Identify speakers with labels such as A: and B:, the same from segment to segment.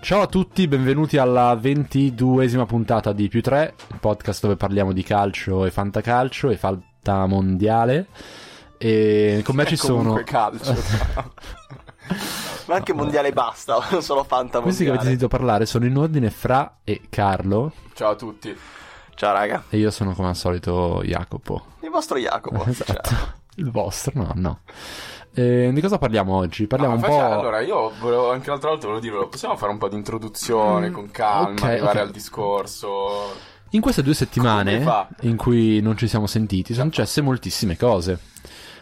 A: Ciao a tutti, benvenuti alla ventiduesima puntata di Più 3, il podcast dove parliamo di calcio e fantacalcio e falta mondiale. E con me
B: È
A: ci sono.
B: Eh, comunque calcio. Ma anche mondiale basta, solo fanta
A: Questi che avete
B: mondiale.
A: sentito parlare sono in ordine Fra e Carlo.
C: Ciao a tutti.
B: Ciao raga,
A: E io sono come al solito Jacopo.
B: il vostro Jacopo. Cioè,
A: Esatto.
B: Ciao.
A: Il vostro, no, no. Eh, di cosa parliamo oggi? Parliamo
C: Ah,
A: un po'.
C: faccia- Allora, io volevo anche l'altra volta volevo dirvelo, possiamo fare un po' di introduzione con calma,
A: Mm, ok,
C: arrivare
A: ok.
C: al discorso.
A: In queste due settimane
C: Come fa?
A: in cui non ci siamo sentiti sono successe moltissime cose.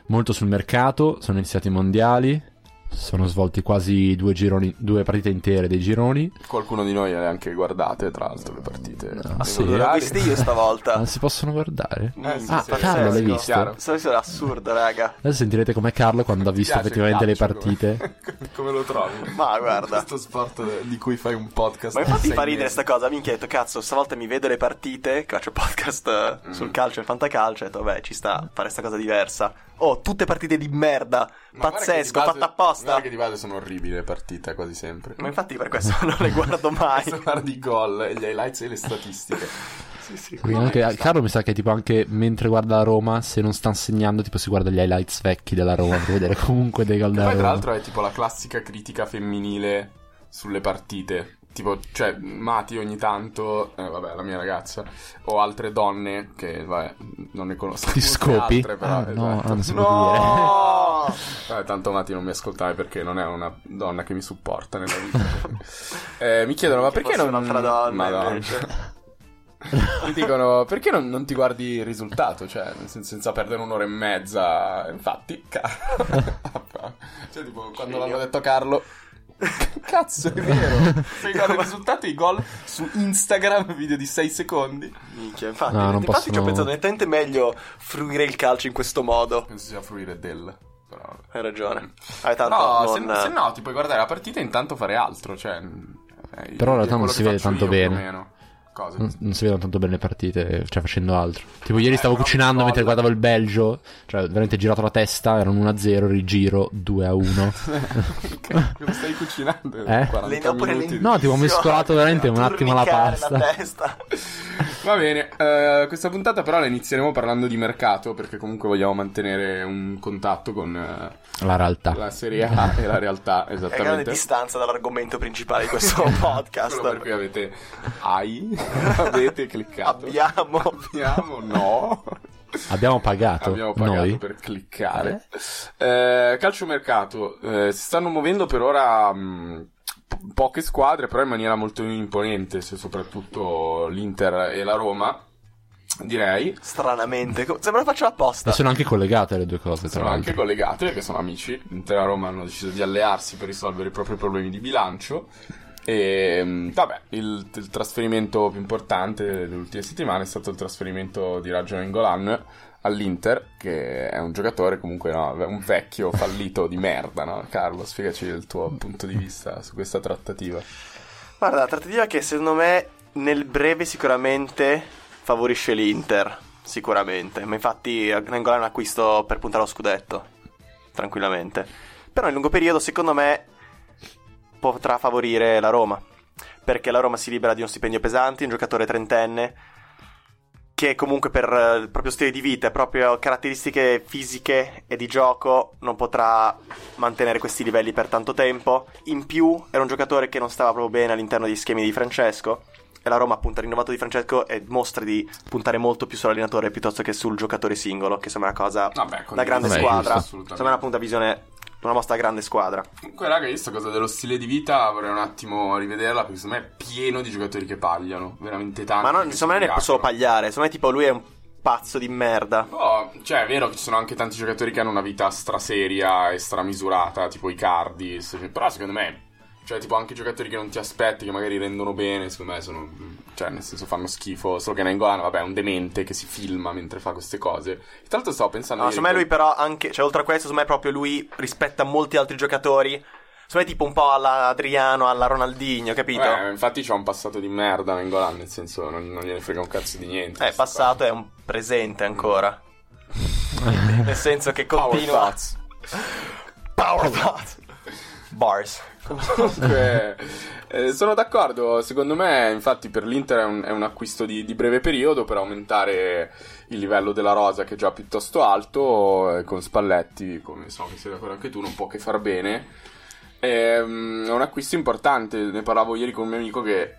A: Molto sul mercato, sono iniziati i mondiali, sono svolti quasi due, gironi, due partite intere dei gironi.
C: Qualcuno di noi le ha anche guardate, tra l'altro, le partite.
A: Ah, sì?
B: L'ho
C: regolari.
B: visto io
A: Non
B: stavolta.
A: si possono guardare?
C: Eh, sì,
A: Ah,
C: sì,
A: Carlo,
C: sì,
A: l'hai
C: sì,
A: visto?
C: chiaro.
B: Questa cosa è assurda, raga.
A: Adesso sentirete com'è Carlo quando ha
C: Ti
A: visto
C: piace il
A: effettivamente le
C: calcio,
A: partite.
C: Come, come lo trovi?
B: Ma guarda.
C: Questo sport de- di cui fai un podcast.
B: Ma
C: da
B: infatti
C: sei
B: fa ridere
C: mesi.
B: sta cosa, minchia, ho detto cazzo, stavolta mi vedo le partite, che faccio podcast eh,
C: Mm.
B: sul calcio e il fantacalcio, ho detto vabbè ci sta a fare sta cosa diversa. Oh, tutte partite di merda,
C: Ma guarda che di
B: pazzesco,
C: base-
B: fatta apposta.
C: Guarda che di base sono orribili le partite quasi sempre.
B: Ma infatti per questo non le guardo mai.
C: Adesso guardi i gol, gli highlights e le statistiche.
B: sì, sì,
A: Quindi
B: quindi-
A: anche- Carlo mi sa che tipo anche mentre guarda la Roma, se non sta segnando, tipo si guarda gli highlights vecchi della Roma per vedere comunque dei gol
C: Che
A: della
C: poi,
A: Roma.
C: tra l'altro, è tipo la classica critica femminile sulle partite. Tipo, cioè, Mati ogni tanto, eh, vabbè, la mia ragazza, o altre donne che, vabbè, non ne conosco.
A: Ti scopi?
C: Altre, però,
A: Ah, no,
C: esatto.
A: ah, non si può dire.
B: No!
C: Eh, tanto Mati non mi ascoltava perché non è una donna che mi supporta nella vita. Eh, mi chiedono, ma
B: Che
C: perché
B: fosse
C: non...
B: un'altra donna,
C: Madonna.
B: invece.
C: mi dicono, perché non, non ti guardi il risultato? Cioè, nel sen- senza perdere un'ora e mezza. Infatti, Carlo... cioè, tipo, quando l'hanno detto Carlo... Cazzo, è vero. Se guardi il risultato, i gol su Instagram, video di 6 secondi.
B: Minchia, infatti,
A: No, non
B: infatti ci ho
A: possono-
B: pensato, nettamente meglio fruire il calcio in questo modo.
C: Penso sia fruire del... Però... vabbè.
B: Hai ragione. Hai tanto
C: no, se,
B: non-
C: se no ti puoi guardare la partita e intanto fare altro. Cioè, eh,
A: Però in realtà
C: è quello
A: non
C: che
A: si vede
C: faccio
A: tanto
C: io, più o
A: bene. Mm.
C: meno. Cosa?
A: Non, non si vedono tanto bene le partite, cioè facendo altro. Tipo, ieri
C: Eh,
A: stavo
C: però
A: cucinando
C: gol.
A: mentre guardavo il Belgio, cioè veramente girato la testa, erano 1-0, rigiro 2-1.
C: Che lo stai cucinando?
A: Eh?
C: 40
B: Le- dopo le
C: minuti.
A: No, tipo, ho mescolato veramente un
B: a
A: attimo la
B: turnicare
A: pasta.
B: La testa.
C: Va bene, eh, questa puntata però la inizieremo parlando di mercato perché comunque vogliamo mantenere un contatto con eh,
A: La realtà. Ah,
C: la Serie A e la realtà,
B: È grande
C: esattamente.
B: distanza dall'argomento principale di questo
C: Quello per cui
B: podcast.
C: avete AI, avete cliccato.
B: Abbiamo.
C: Abbiamo, no.
A: Abbiamo pagato
C: Abbiamo pagato
A: noi.
C: per cliccare. Eh, calciomercato, eh, si stanno muovendo per ora mh, po- poche squadre, però in maniera molto imponente, se soprattutto l'Inter e la Roma, direi.
B: Stranamente. co- Sembra lo faccio apposta.
A: Ma sono anche collegate le due cose, tra
C: Sono anche
A: l'altro.
C: collegate perché sono amici. L'Inter e la Roma hanno deciso di allearsi per risolvere i propri problemi di bilancio. E mh, vabbè, il, il trasferimento più importante delle ultime settimane è stato il trasferimento di Raggio Engolan all'Inter, che è un giocatore comunque no, un vecchio fallito di merda. No? Carlo, spiegaci il tuo punto di vista su questa trattativa.
B: Guarda, la trattativa che secondo me nel breve sicuramente favorisce l'Inter. Sicuramente. Ma infatti Angola è un acquisto per puntare allo scudetto. Tranquillamente. Però nel lungo periodo secondo me potrà favorire la Roma. Perché la Roma si libera di uno stipendio pesante, un giocatore trentenne che comunque per eh, il proprio stile di vita, proprio caratteristiche fisiche e di gioco non potrà mantenere questi livelli per tanto tempo. In più era un giocatore che non stava proprio bene all'interno degli schemi di Francesco. E la Roma appunto ha rinnovato di Francesco e mostra di puntare molto più sull'allenatore piuttosto che sul giocatore singolo, che sembra una cosa
C: Vabbè,
B: da grande
A: Vabbè, giusto,
B: squadra.
C: assolutamente.
B: Sembra una punta visione, una mossa da grande squadra.
C: Comunque, raga, io sta cosa dello stile di vita vorrei un attimo rivederla perché secondo me è pieno di giocatori che pagliano, veramente tanti.
B: Ma non,
C: che
B: insomma, non è
C: ubriacano.
B: solo pagliare, insomma, è tipo lui è un pazzo di merda.
C: Oh, cioè, è vero che ci sono anche tanti giocatori che hanno una vita straseria e stramisurata, tipo Icardi, se- però secondo me, cioè, tipo anche giocatori che non ti aspetti, che magari rendono bene, secondo me sono, cioè, nel senso fanno schifo, solo che Nangolan, vabbè, è un demente che si filma mentre fa queste cose. E Tra l'altro stavo pensando...
B: No,
C: ieri
B: secondo me
C: che-
B: lui però anche, cioè oltre a questo, secondo me proprio lui rispetta molti altri giocatori. Secondo me tipo un po' alla Adriano, alla Ronaldinho, capito?
C: Eh, infatti c'ha un passato di merda Nangolan, nel senso, non, non gliene frega un cazzo di niente.
B: Eh, è passato, è un presente ancora. Nel senso che
C: Power
B: continua.
C: thoughts.
B: Power thoughts. Bars.
C: Comunque, eh, sono d'accordo. Secondo me, infatti, per l'Inter è un, è un acquisto di, di breve periodo per aumentare il livello della rosa, che è già piuttosto alto. e Con Spalletti, come so che sei d'accordo anche tu, non può che far bene. Ehm, È un acquisto importante. Ne parlavo ieri con un mio amico che eh,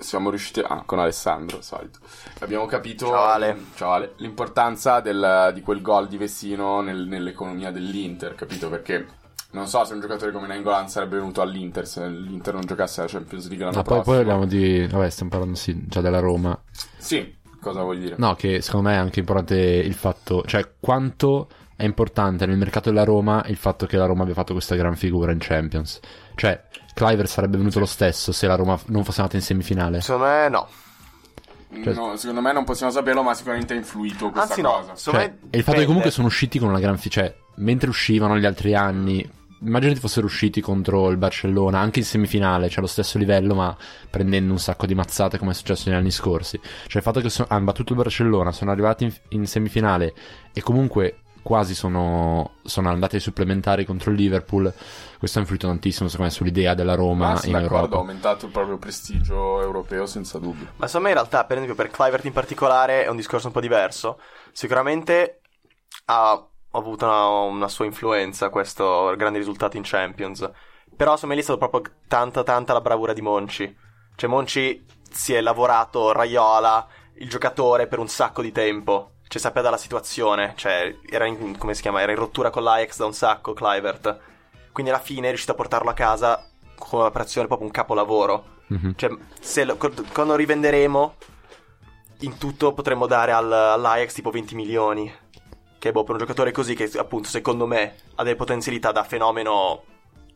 C: siamo riusciti. Ah, con Alessandro, al solito. Abbiamo capito.
B: Ciao, Ale.
C: Ciao, Ale. L'importanza del- di quel gol di Vessino nel- nell'economia dell'Inter, capito? Perché non so se un giocatore come Nangolan sarebbe venuto all'Inter se l'Inter non giocasse alla Champions League l'anno
A: Ma Ah, poi,
C: prossimo.
A: poi parliamo di. Vabbè, stiamo parlando sì, già della Roma.
C: Sì, cosa vuol dire?
A: No, che secondo me è anche importante il fatto. Cioè, quanto è importante nel mercato della Roma il fatto che la Roma abbia fatto questa gran figura in Champions. Cioè, Cliver sarebbe venuto lo stesso se la Roma non fosse andata in semifinale.
B: Secondo me no.
A: cioè-
C: No, secondo me non possiamo saperlo, ma sicuramente ha influito questa
B: Anzi
C: cosa.
B: no. Secondo
A: Cioè, e
B: me
A: il fatto
B: dipende.
A: che comunque sono usciti con una gran fi- cioè, mentre uscivano gli altri anni, immaginate fossero usciti contro il Barcellona, anche in semifinale, cioè lo stesso livello, ma prendendo un sacco di mazzate come è successo negli anni scorsi. Cioè, il fatto che so- hanno battuto il Barcellona, sono arrivati in, in semifinale e comunque quasi sono, sono andati ai supplementari contro il Liverpool, questo ha influito tantissimo, secondo me, sull'idea della Roma
C: Ma sì,
A: in
C: d'accordo, ha
A: Europa.
C: aumentato il proprio prestigio europeo senza dubbio.
B: Ma secondo me in realtà, per esempio, per Clivert in particolare è un discorso un po' diverso. Sicuramente ha avuto una, una sua influenza questo grande risultato in Champions. Però secondo me lì è stata proprio tanta tanta la bravura di Monci. Cioè Monci si è lavorato Raiola, il giocatore, per un sacco di tempo. Cioè sapeva dalla situazione, cioè era in, come si chiama, era in rottura con l'Ajax da un sacco Clivert. Quindi alla fine è riuscito a portarlo a casa con un'operazione proprio un capolavoro.
A: Mhm.
B: Cioè, se lo- co- quando rivenderemo, in tutto potremmo dare al- all'Ajax tipo 20 milioni. Che boh, per un giocatore così, che appunto secondo me ha delle potenzialità da fenomeno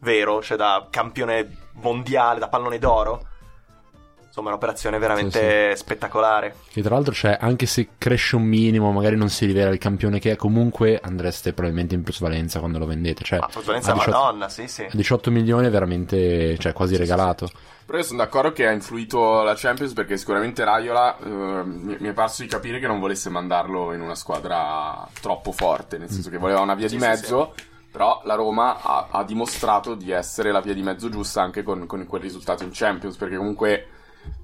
B: vero, cioè da campione mondiale, da pallone d'oro. Insomma, è un'operazione veramente spettacolare.
A: Che tra l'altro, cioè, anche se cresce un minimo, magari non si rivela il campione che è, comunque andreste probabilmente in plusvalenza quando lo vendete. Cioè,
B: Ma plusvalenza
A: a Eh, 18
B: Madonna, sì, sì.
A: 18 milioni è veramente, cioè, quasi regalato.
C: Però io sono d'accordo che ha influito la Champions perché sicuramente Raiola eh, mi mi è parso di capire che non volesse mandarlo in una squadra troppo forte, nel senso che voleva una via
B: Mm. Sì,
C: di
B: sì,
C: mezzo, però la Roma ha, ha dimostrato di essere la via di mezzo giusta anche con, con quel risultato in Champions, perché comunque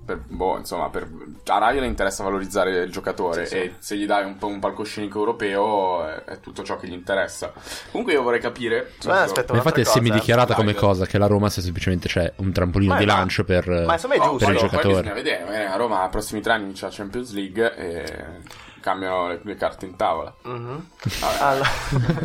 C: per- boh, insomma, per- a Raiola interessa valorizzare il giocatore
B: Sì, sì.
C: e se gli dai un po' un palcoscenico europeo è, è tutto ciò che gli interessa. Comunque io vorrei capire...
B: Secondo me, aspetta,
A: Ma infatti
B: un'altra
A: è
B: cosa,
A: semidichiarata
C: eh.
A: come
C: Dai,
A: cosa che la Roma sia semplicemente, cioè, un trampolino
B: Ma
A: di
B: no.
A: lancio per.
B: eh. Ma insomma è
C: No,
B: giusto.
A: per il
C: Oh, poi-
A: giocatore.
C: Poi bisogna vedere, magari a Roma nei prossimi tre anni c'è la Champions League e cambiano le, le carte in tavola.
B: Mhm.
C: Vabbè,
B: Allora-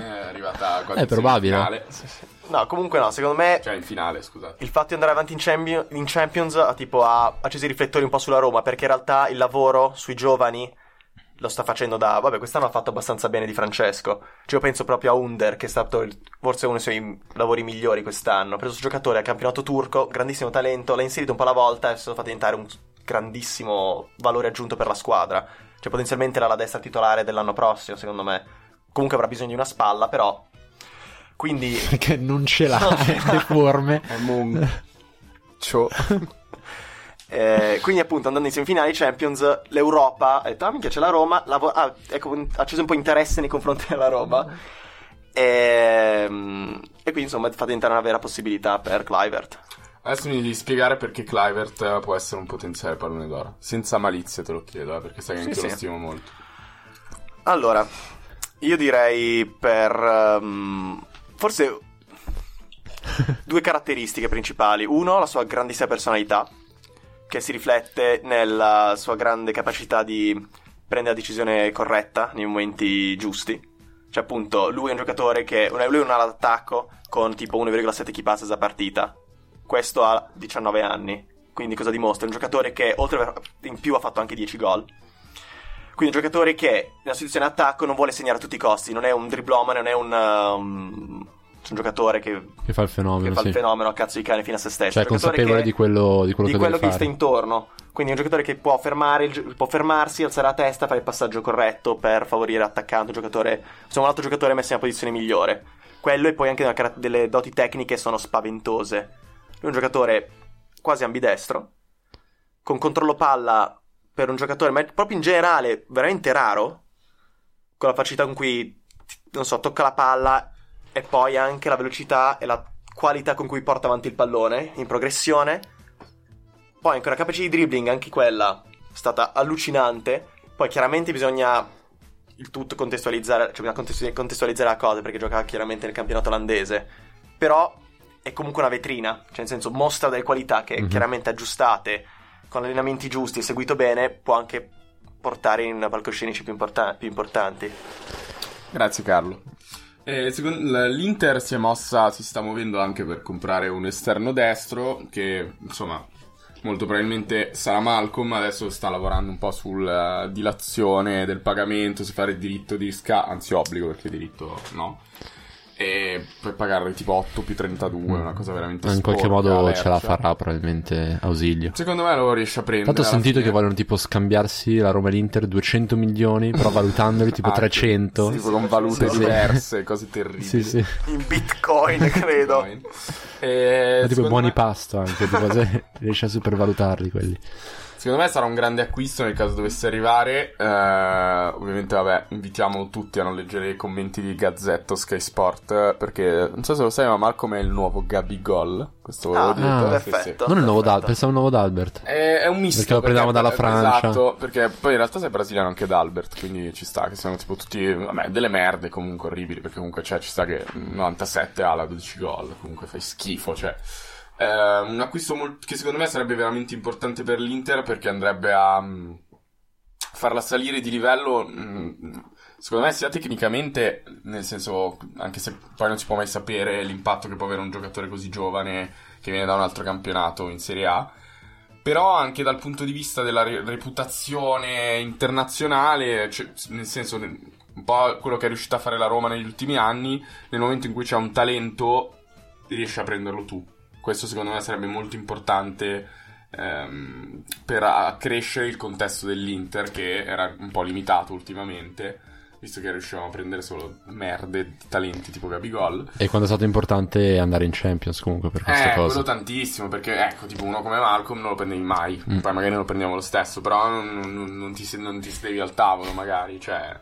C: è arrivata quasi
A: eh, È
C: in
A: probabile.
C: semifinale.
B: No, comunque no, secondo me
C: Cioè in finale, scusate.
B: il fatto di andare avanti in, Chambi- in Champions ha tipo ha acceso i riflettori un po' sulla Roma, perché in realtà il lavoro sui giovani lo sta facendo da... Vabbè, quest'anno ha fatto abbastanza bene di Francesco. Cioè, io penso proprio a Under, che è stato il- forse uno dei suoi lavori migliori quest'anno. Ha preso questo giocatore al campionato turco, grandissimo talento, l'ha inserito un po' alla volta e adesso lo fa diventare un grandissimo valore aggiunto per la squadra. Cioè, potenzialmente era la destra titolare dell'anno prossimo, secondo me. Comunque avrà bisogno di una spalla, però... Quindi
A: Perché non ce l'ha, è deforme.
C: È Ciao.
B: Eh, quindi appunto andando in semifinale Champions l'Europa ha detto ah minchia c'è la Roma lavo- ah, ecco, un- ha acceso un po' interesse nei confronti della Roma Ehm, e, quindi insomma fa diventare una vera possibilità per Clivert
C: Adesso mi devi spiegare perché Clivert eh, può essere un potenziale pallone d'oro. Senza malizia te lo chiedo, eh, perché sai che
B: Sì,
C: anche
B: sì.
C: lo stimo molto.
B: allora io direi per ehm, forse due caratteristiche principali uno la sua grandissima personalità che si riflette nella sua grande capacità di prendere la decisione corretta nei momenti giusti. Cioè, appunto, lui è un giocatore che. Lui è un ala d'attacco con tipo 1,7 key passes a partita. Questo ha 19 anni. Quindi cosa dimostra? È un giocatore che, oltre a- in più, ha fatto anche 10 gol. Quindi un giocatore che nella situazione attacco non vuole segnare a tutti i costi. Non è un driblomane, non è un. um, un giocatore che
A: Che fa il
B: che
A: fenomeno,
B: fa
A: sì.
B: il fenomeno a cazzo di cane fino a se stesso.
A: Cioè,
B: Un giocatore
A: consapevole
B: che-
A: di quello- di quello che deve
B: gli sta
A: fare.
B: intorno. Quindi è un giocatore che può, fermare il gio- può fermarsi, alzare la testa, fare il passaggio corretto per favorire l'attaccante, un giocatore, insomma un altro giocatore messo in una posizione migliore. Quello e poi anche una cara- delle doti tecniche sono spaventose. Lui è un giocatore quasi ambidestro, con controllo palla per un giocatore, ma è proprio in generale veramente raro, con la facilità con cui, non so, tocca la palla e poi anche la velocità e la qualità con cui porta avanti il pallone in progressione. Poi ancora capacità di dribbling, anche quella è stata allucinante. Poi chiaramente bisogna il tutto contestualizzare, cioè bisogna contestu- contestualizzare la cosa perché gioca chiaramente nel campionato olandese. Però è comunque una vetrina, cioè nel senso mostra delle qualità che
A: Mhm.
B: chiaramente aggiustate con allenamenti giusti e seguito bene può anche portare in palcoscenici più, importa- più importanti.
C: Grazie Carlo. Eh, secondo- l- L'Inter si è mossa, si sta muovendo anche per comprare un esterno destro che insomma molto probabilmente sarà Malcolm, adesso sta lavorando un po' sulla dilazione del pagamento, se fare diritto di sca, anzi obbligo perché diritto no. E per pagare tipo 8 più 32, una cosa veramente
A: In qualche
C: sporca,
A: modo ce
C: lercia.
A: la farà probabilmente Ausilio.
C: Secondo me lo riesce a prendere.
A: Tanto ho
C: alla
A: sentito che
C: fine.
A: vogliono tipo scambiarsi la Roma e l'Inter 200 milioni, però valutandoli tipo
C: Anche.
A: 300.
C: Ah, Sì, con valute
A: Sì.
C: diverse, cose terribili.
A: Sì, sì.
B: In bitcoin, credo.
C: Bitcoin. Eh,
A: Ma tipo
C: secondo
A: buoni
C: me-
A: pasto anche, tipo se riesce a supervalutarli quelli.
C: Secondo me sarà un grande acquisto nel caso dovesse arrivare. Eh, ovviamente, vabbè, invitiamo tutti a non leggere i commenti di Gazzetto Sky Sport. eh, Perché non so se lo sai, ma Malcolm è il nuovo Gabigol. Questo volevo
B: Ah,
C: dire.
B: perfetto.
A: Non il nuovo Dal,
B: Perfetto.
A: pensavo il nuovo D'Albert.
C: È, è un misto.
A: Perché lo prendiamo dalla Francia.
C: Esatto, perché poi in realtà sei brasiliano anche D'Albert, quindi ci sta, che siano tipo tutti, vabbè, delle merde comunque orribili, perché comunque cioè, ci sta che 97 ha la 12 gol, comunque fai schifo, cioè. Eh, un acquisto mol- che secondo me sarebbe veramente importante per l'Inter perché andrebbe a mm, farla salire di livello, mm, secondo me sia tecnicamente, nel senso, anche se poi non si può mai sapere l'impatto che può avere un giocatore così giovane che viene da un altro campionato in Serie A, però anche dal punto di vista della re- reputazione internazionale, cioè, nel senso, nel- un po' quello che è riuscita a fare la Roma negli ultimi anni, nel momento in cui c'è un talento, riesci a prenderlo tu. Questo secondo me sarebbe molto importante ehm, per accrescere il contesto dell'Inter, che era un po' limitato ultimamente, visto che riuscivamo a prendere solo merde di talenti tipo Gabigol.
A: E quando è stato importante andare in Champions comunque per queste
C: Eh,
A: cose.
C: quello tantissimo, perché ecco, tipo uno come Malcolm non lo prendevi mai,
A: Mm.
C: poi magari lo prendiamo lo stesso, però non, non- non ti, se- non ti sedevi al tavolo magari, cioè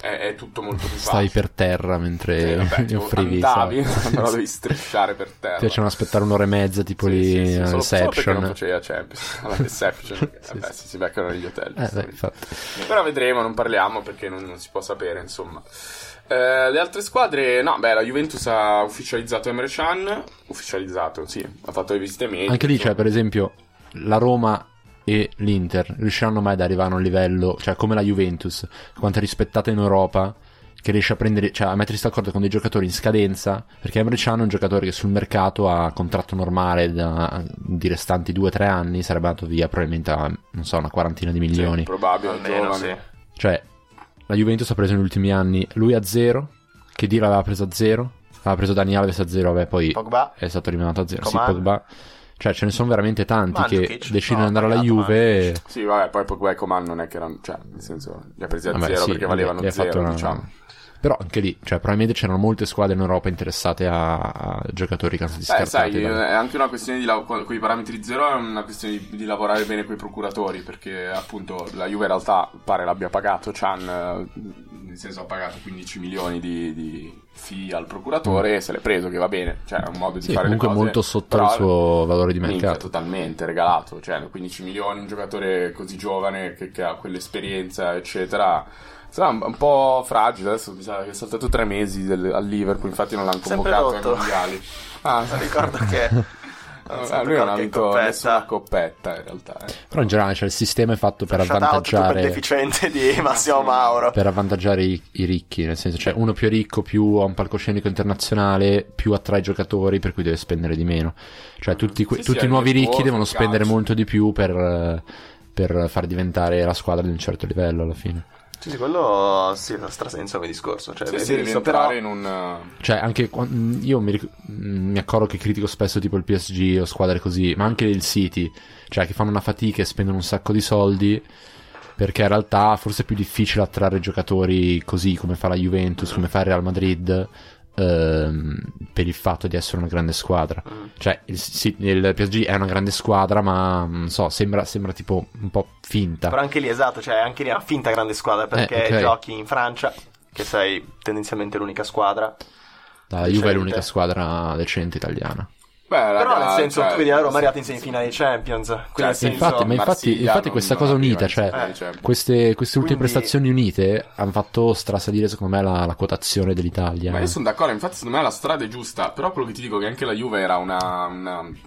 C: è, è tutto molto più
A: Stavi
C: facile.
A: per terra
C: Sì,
A: mentre
C: vabbè,
A: gli
C: tipo,
A: offrivi.
C: andavi,
A: sai.
C: però devi strisciare per terra.
A: Ti piacevano aspettare un'ora e mezza tipo
C: Sì,
A: lì
C: sì, sì,
A: alla
C: solo- solo perché non
A: reception.
C: facevi la Champions, alla reception,
A: Sì,
C: vabbè,
A: sì.
C: si, si beccano negli hotel.
A: Eh, dai,
C: giustamente.
A: infatti.
C: Però vedremo, non parliamo perché non, non si può sapere, insomma. Eh, le altre squadre, no, beh, la Juventus ha ufficializzato Emre Can. Ufficializzato, sì, ha fatto le visite mediche.
A: Anche lì,
C: insomma.
A: cioè, per esempio, la Roma e l'Inter riusciranno mai ad arrivare a un livello, cioè come la Juventus, quanto è rispettata in Europa, che riesce a prendere, cioè a mettersi d'accordo con dei giocatori in scadenza, perché Emre Can è un giocatore che sul mercato ha contratto normale da- di restanti 2-3 anni, sarebbe andato via probabilmente a, non so, una quarantina di
C: Sì,
A: milioni.
C: probabile,
B: Almeno,
C: giovane.
B: sì.
A: Cioè, la Juventus ha preso negli ultimi anni lui a zero, che Dira l'aveva preso a zero, aveva preso Dani Alves a zero, vabbè, poi
B: Pogba?
A: è stato eliminato a zero. Sì,
B: Coman.
A: Pogba. Cioè, ce ne sono veramente tanti che
B: Mandzukic,
A: decidono
B: no,
A: di andare alla
B: pagato
A: Juve. e-
C: Sì, vabbè, poi Pogba e Coman non è che erano, cioè, nel senso, li ha presi a
A: Vabbè,
C: zero
A: sì,
C: perché valevano
A: gli ha
C: zero,
A: fatto una-
C: diciamo.
A: Però anche lì, cioè, probabilmente c'erano molte squadre in Europa interessate a, a giocatori che sono stati
C: Eh, sai,
A: scartati. dai.
C: è anche una questione di lav- con i parametri zero, è una questione di, di lavorare bene con i procuratori, perché appunto la Juve in realtà pare l'abbia pagato, Chan eh, nel senso ha pagato 15 milioni di, di fee al procuratore e se l'è preso, che va bene, cioè è un modo di
A: Mm. Sì,
C: fare le
A: comunque
C: cose.
A: molto sotto
C: però-
A: il suo valore di
C: Minchia,
A: mercato.
C: totalmente regalato, cioè 15 milioni, un giocatore così giovane che, che ha quell'esperienza, eccetera. Sarà un, un po' fragile, adesso mi sa che è saltato tre mesi del- al Liverpool, infatti non l'hanno
B: Sempre
C: convocato ai
B: rotto.
C: mondiali. Ah,
B: Ricordo che...
C: Ah, lui non ha vinto nessuna coppetta in realtà. eh.
A: Però in generale, cioè, il sistema è fatto per
B: Shout out tutto per il
A: avvantaggiare.
B: deficiente di Massimo Mauro.
A: per avvantaggiare i, i ricchi, nel senso, cioè uno più ricco più ha un palcoscenico internazionale, più attrae giocatori, per cui deve spendere di meno. Cioè tutti, que-
C: Sì, sì,
A: tutti
C: anche
A: i nuovi
C: il
A: ricchi
C: sport,
A: devono
C: il
A: spendere
C: calcio.
A: molto di più per, eh, per far diventare la squadra di un certo livello alla fine.
B: Sì, sì, quello sì, ha strasenso come discorso. Cioè,
C: Sì,
B: vedi,
C: sì, devi
B: so-
C: entrare
B: però
C: in un... eh,
A: Cioè anche quan- io mi, ric- mm, mi accorgo che critico spesso tipo il PSG o squadre così, ma anche il City, cioè che fanno una fatica e spendono un sacco di soldi. Perché in realtà forse è più difficile attrarre giocatori così come fa la Juventus, come fa il Real Madrid, ehm, per il fatto di essere una grande squadra.
B: Mm.
A: Cioè, il, sì, il PSG è una grande squadra, ma non so, sembra, sembra tipo un po' finta.
B: Però anche lì, esatto, cioè anche lì è una finta grande squadra perché
A: Eh, ok.
B: giochi in Francia, che sei tendenzialmente l'unica squadra.
A: La Juve è
B: Decente.
A: l'unica squadra decente italiana.
C: Beh,
B: Però
C: raga,
B: nel senso,
C: cioè,
B: tu vedi la Roma
C: sì,
B: arrivata in
C: sì,
B: semifinale di Champions. Quindi nel
C: sì,
B: senso,
A: Cioè, infatti, ma infatti,
C: Marsiglia
A: infatti
C: non-
A: questa
C: non
A: cosa
C: arriva
A: unita,
C: in
A: cioè,
C: semifinale, cioè,
A: Queste, queste ultime
B: Quindi-
A: prestazioni unite hanno fatto strasalire, secondo me, la, la quotazione dell'Italia. eh.
C: Ma io sono d'accordo, infatti secondo me la strada è giusta, però quello che ti dico è che anche la Juve era una, una, mh,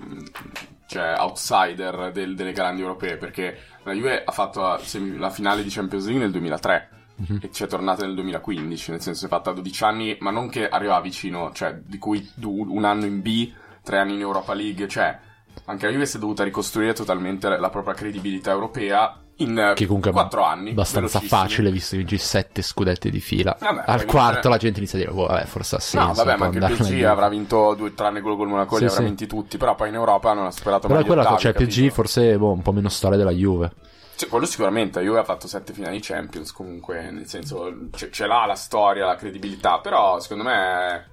C: cioè, outsider del- delle grandi europee, perché la Juve ha fatto la, semi- la finale di Champions League nel 2003
A: Mhm.
C: e ci è tornata nel 2015, nel senso è fatta a 12 anni, ma non che arrivava vicino, cioè di cui du- un anno in B, tre anni in Europa League, cioè anche la Juve si è dovuta ricostruire totalmente la propria credibilità europea in eh,
A: Che comunque è
C: quattro anni.
A: Abbastanza
C: velocissimi.
A: facile, visto che vinci sette scudetti di fila.
C: Vabbè, poi
A: Al
C: vince-
A: quarto la gente inizia a dire, "Boh, vabbè, forse ha senso.
C: Ah, No, vabbè,
A: può
C: ma anche il
A: andare
C: PG
A: meglio".
C: avrà vinto due, tranne quello col Monaco,
A: Sì,
C: li avrà
A: sì.
C: vinti tutti. Però poi in Europa non ha superato
A: Però è
C: mai gli
A: quella cosa,
C: ottavi,
A: cioè PG
C: capito?
A: forse boh, un po' meno storia della Juve.
C: Cioè, quello sicuramente, la Juve ha fatto sette finali Champions, comunque, nel senso, ce, ce l'ha la storia, la credibilità, però secondo me...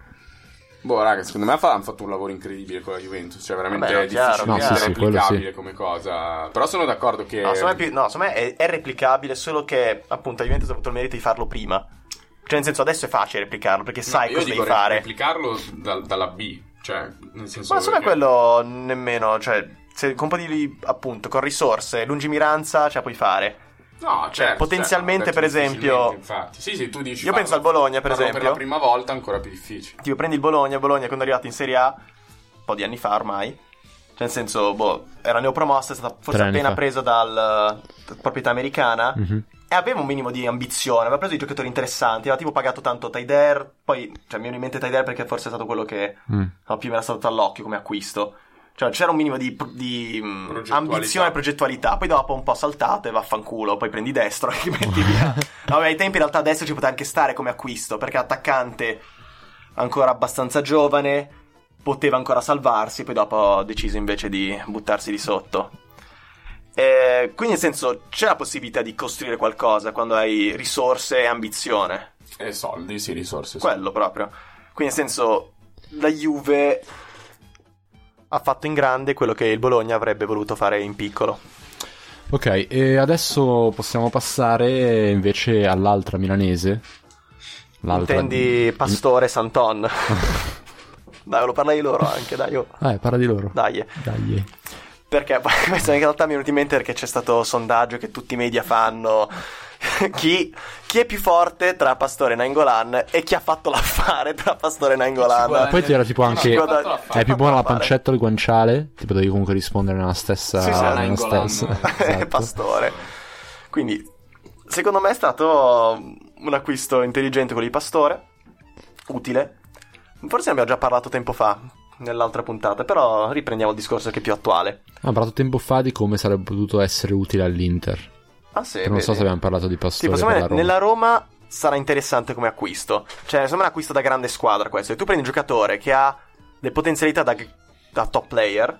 C: Boh, raga, secondo me ha fa- hanno fatto un lavoro incredibile con la Juventus, cioè veramente
B: Vabbè, no,
C: difficile,
B: chiaro,
C: difficile,
B: chiaro. No, sì,
A: sì, quello
C: replicabile come cosa. Però sono d'accordo che...
B: No, secondo me, è più- no, secondo me è, è replicabile, solo che appunto la Juventus ha avuto il merito di farlo prima. Cioè, nel senso, adesso è facile replicarlo perché
C: No,
B: sai
C: io
B: cosa
C: dico
B: devi fare.
C: replicarlo dal- dalla B, cioè, nel senso...
B: Ma secondo me
C: che-
B: quello nemmeno, cioè, se con un po' di appunto, con risorse, lungimiranza, ce la puoi fare.
C: No, certo, certo,
B: potenzialmente,
C: detto
B: per esempio-
C: difficilmente, Infatti. Sì, sì, tu dici.
B: Io
C: farlo-
B: penso al Bologna, per
C: farlo
B: esempio.
C: Per la prima volta è ancora più difficile.
B: Tipo, prendi il Bologna, Bologna quando è arrivato in Serie A, un po' di anni fa ormai. Cioè, nel senso, boh, era neopromossa, è stata forse
A: Tre anni
B: appena
A: fa.
B: presa dal da proprietà americana.
A: Mhm.
B: E aveva Eh, un minimo di ambizione, aveva preso dei giocatori interessanti, aveva tipo pagato tanto Taider, poi, cioè, mi viene in mente Taider perché forse è stato quello che
A: Mm.
B: no, più mi era stato all'occhio come acquisto. Cioè, c'era un minimo di, di, mm,
C: Progettualità.
B: ambizione e progettualità. Poi dopo un po' saltato e vaffanculo. Poi prendi destro e metti via. No, Vabbè, ai tempi in realtà destro ci poteva anche stare come acquisto. Perché attaccante ancora abbastanza giovane. Poteva ancora salvarsi. Poi dopo ho deciso invece di buttarsi di sotto. Eh, quindi, nel senso, c'è la possibilità di costruire qualcosa quando hai risorse e ambizione.
C: E soldi, sì, risorse. sì.
B: Quello proprio. Quindi, nel senso, la Juve ha fatto in grande quello che il Bologna avrebbe voluto fare in piccolo.
A: Ok, e adesso possiamo passare invece all'altra milanese.
B: Intendi Pastore e Santon. dai, lo parlai loro anche, dai. oh.
A: Eh, parla di loro.
B: Dai.
A: Dai.
B: Perché poi questo in realtà mi è venuto in mente perché c'è stato un sondaggio che tutti i media fanno. chi, chi è più forte tra Pastore e Nangolan e chi ha fatto l'affare tra Pastore e
A: Ma
B: Nangolan?
A: Ah, poi c'era tipo anche... Eh,
B: guarda-
C: Fatto l'affare.
A: Cioè, È più buona la
B: Fatto l'affare.
A: pancetta o il guanciale? Tipo devi comunque rispondere nella stessa...
B: Sì, sì,
A: nella
B: era
C: in Golan.
A: stessa- esatto.
B: Pastore. Quindi, secondo me è stato un acquisto intelligente quello di Pastore, utile. Forse ne abbiamo già parlato tempo fa, nell'altra puntata, però riprendiamo il discorso che è più attuale.
A: Abbiamo parlato tempo fa di come sarebbe potuto essere utile all'Inter.
B: Ah sì,
A: Che non so
B: vedi.
A: se abbiamo parlato di Pastore
B: Tipo, secondo
A: per
B: me
A: la Roma.
B: nella Roma sarà interessante come acquisto. Cioè, secondo me è un acquisto da grande squadra questo. E tu prendi un giocatore che ha le potenzialità da, da top player,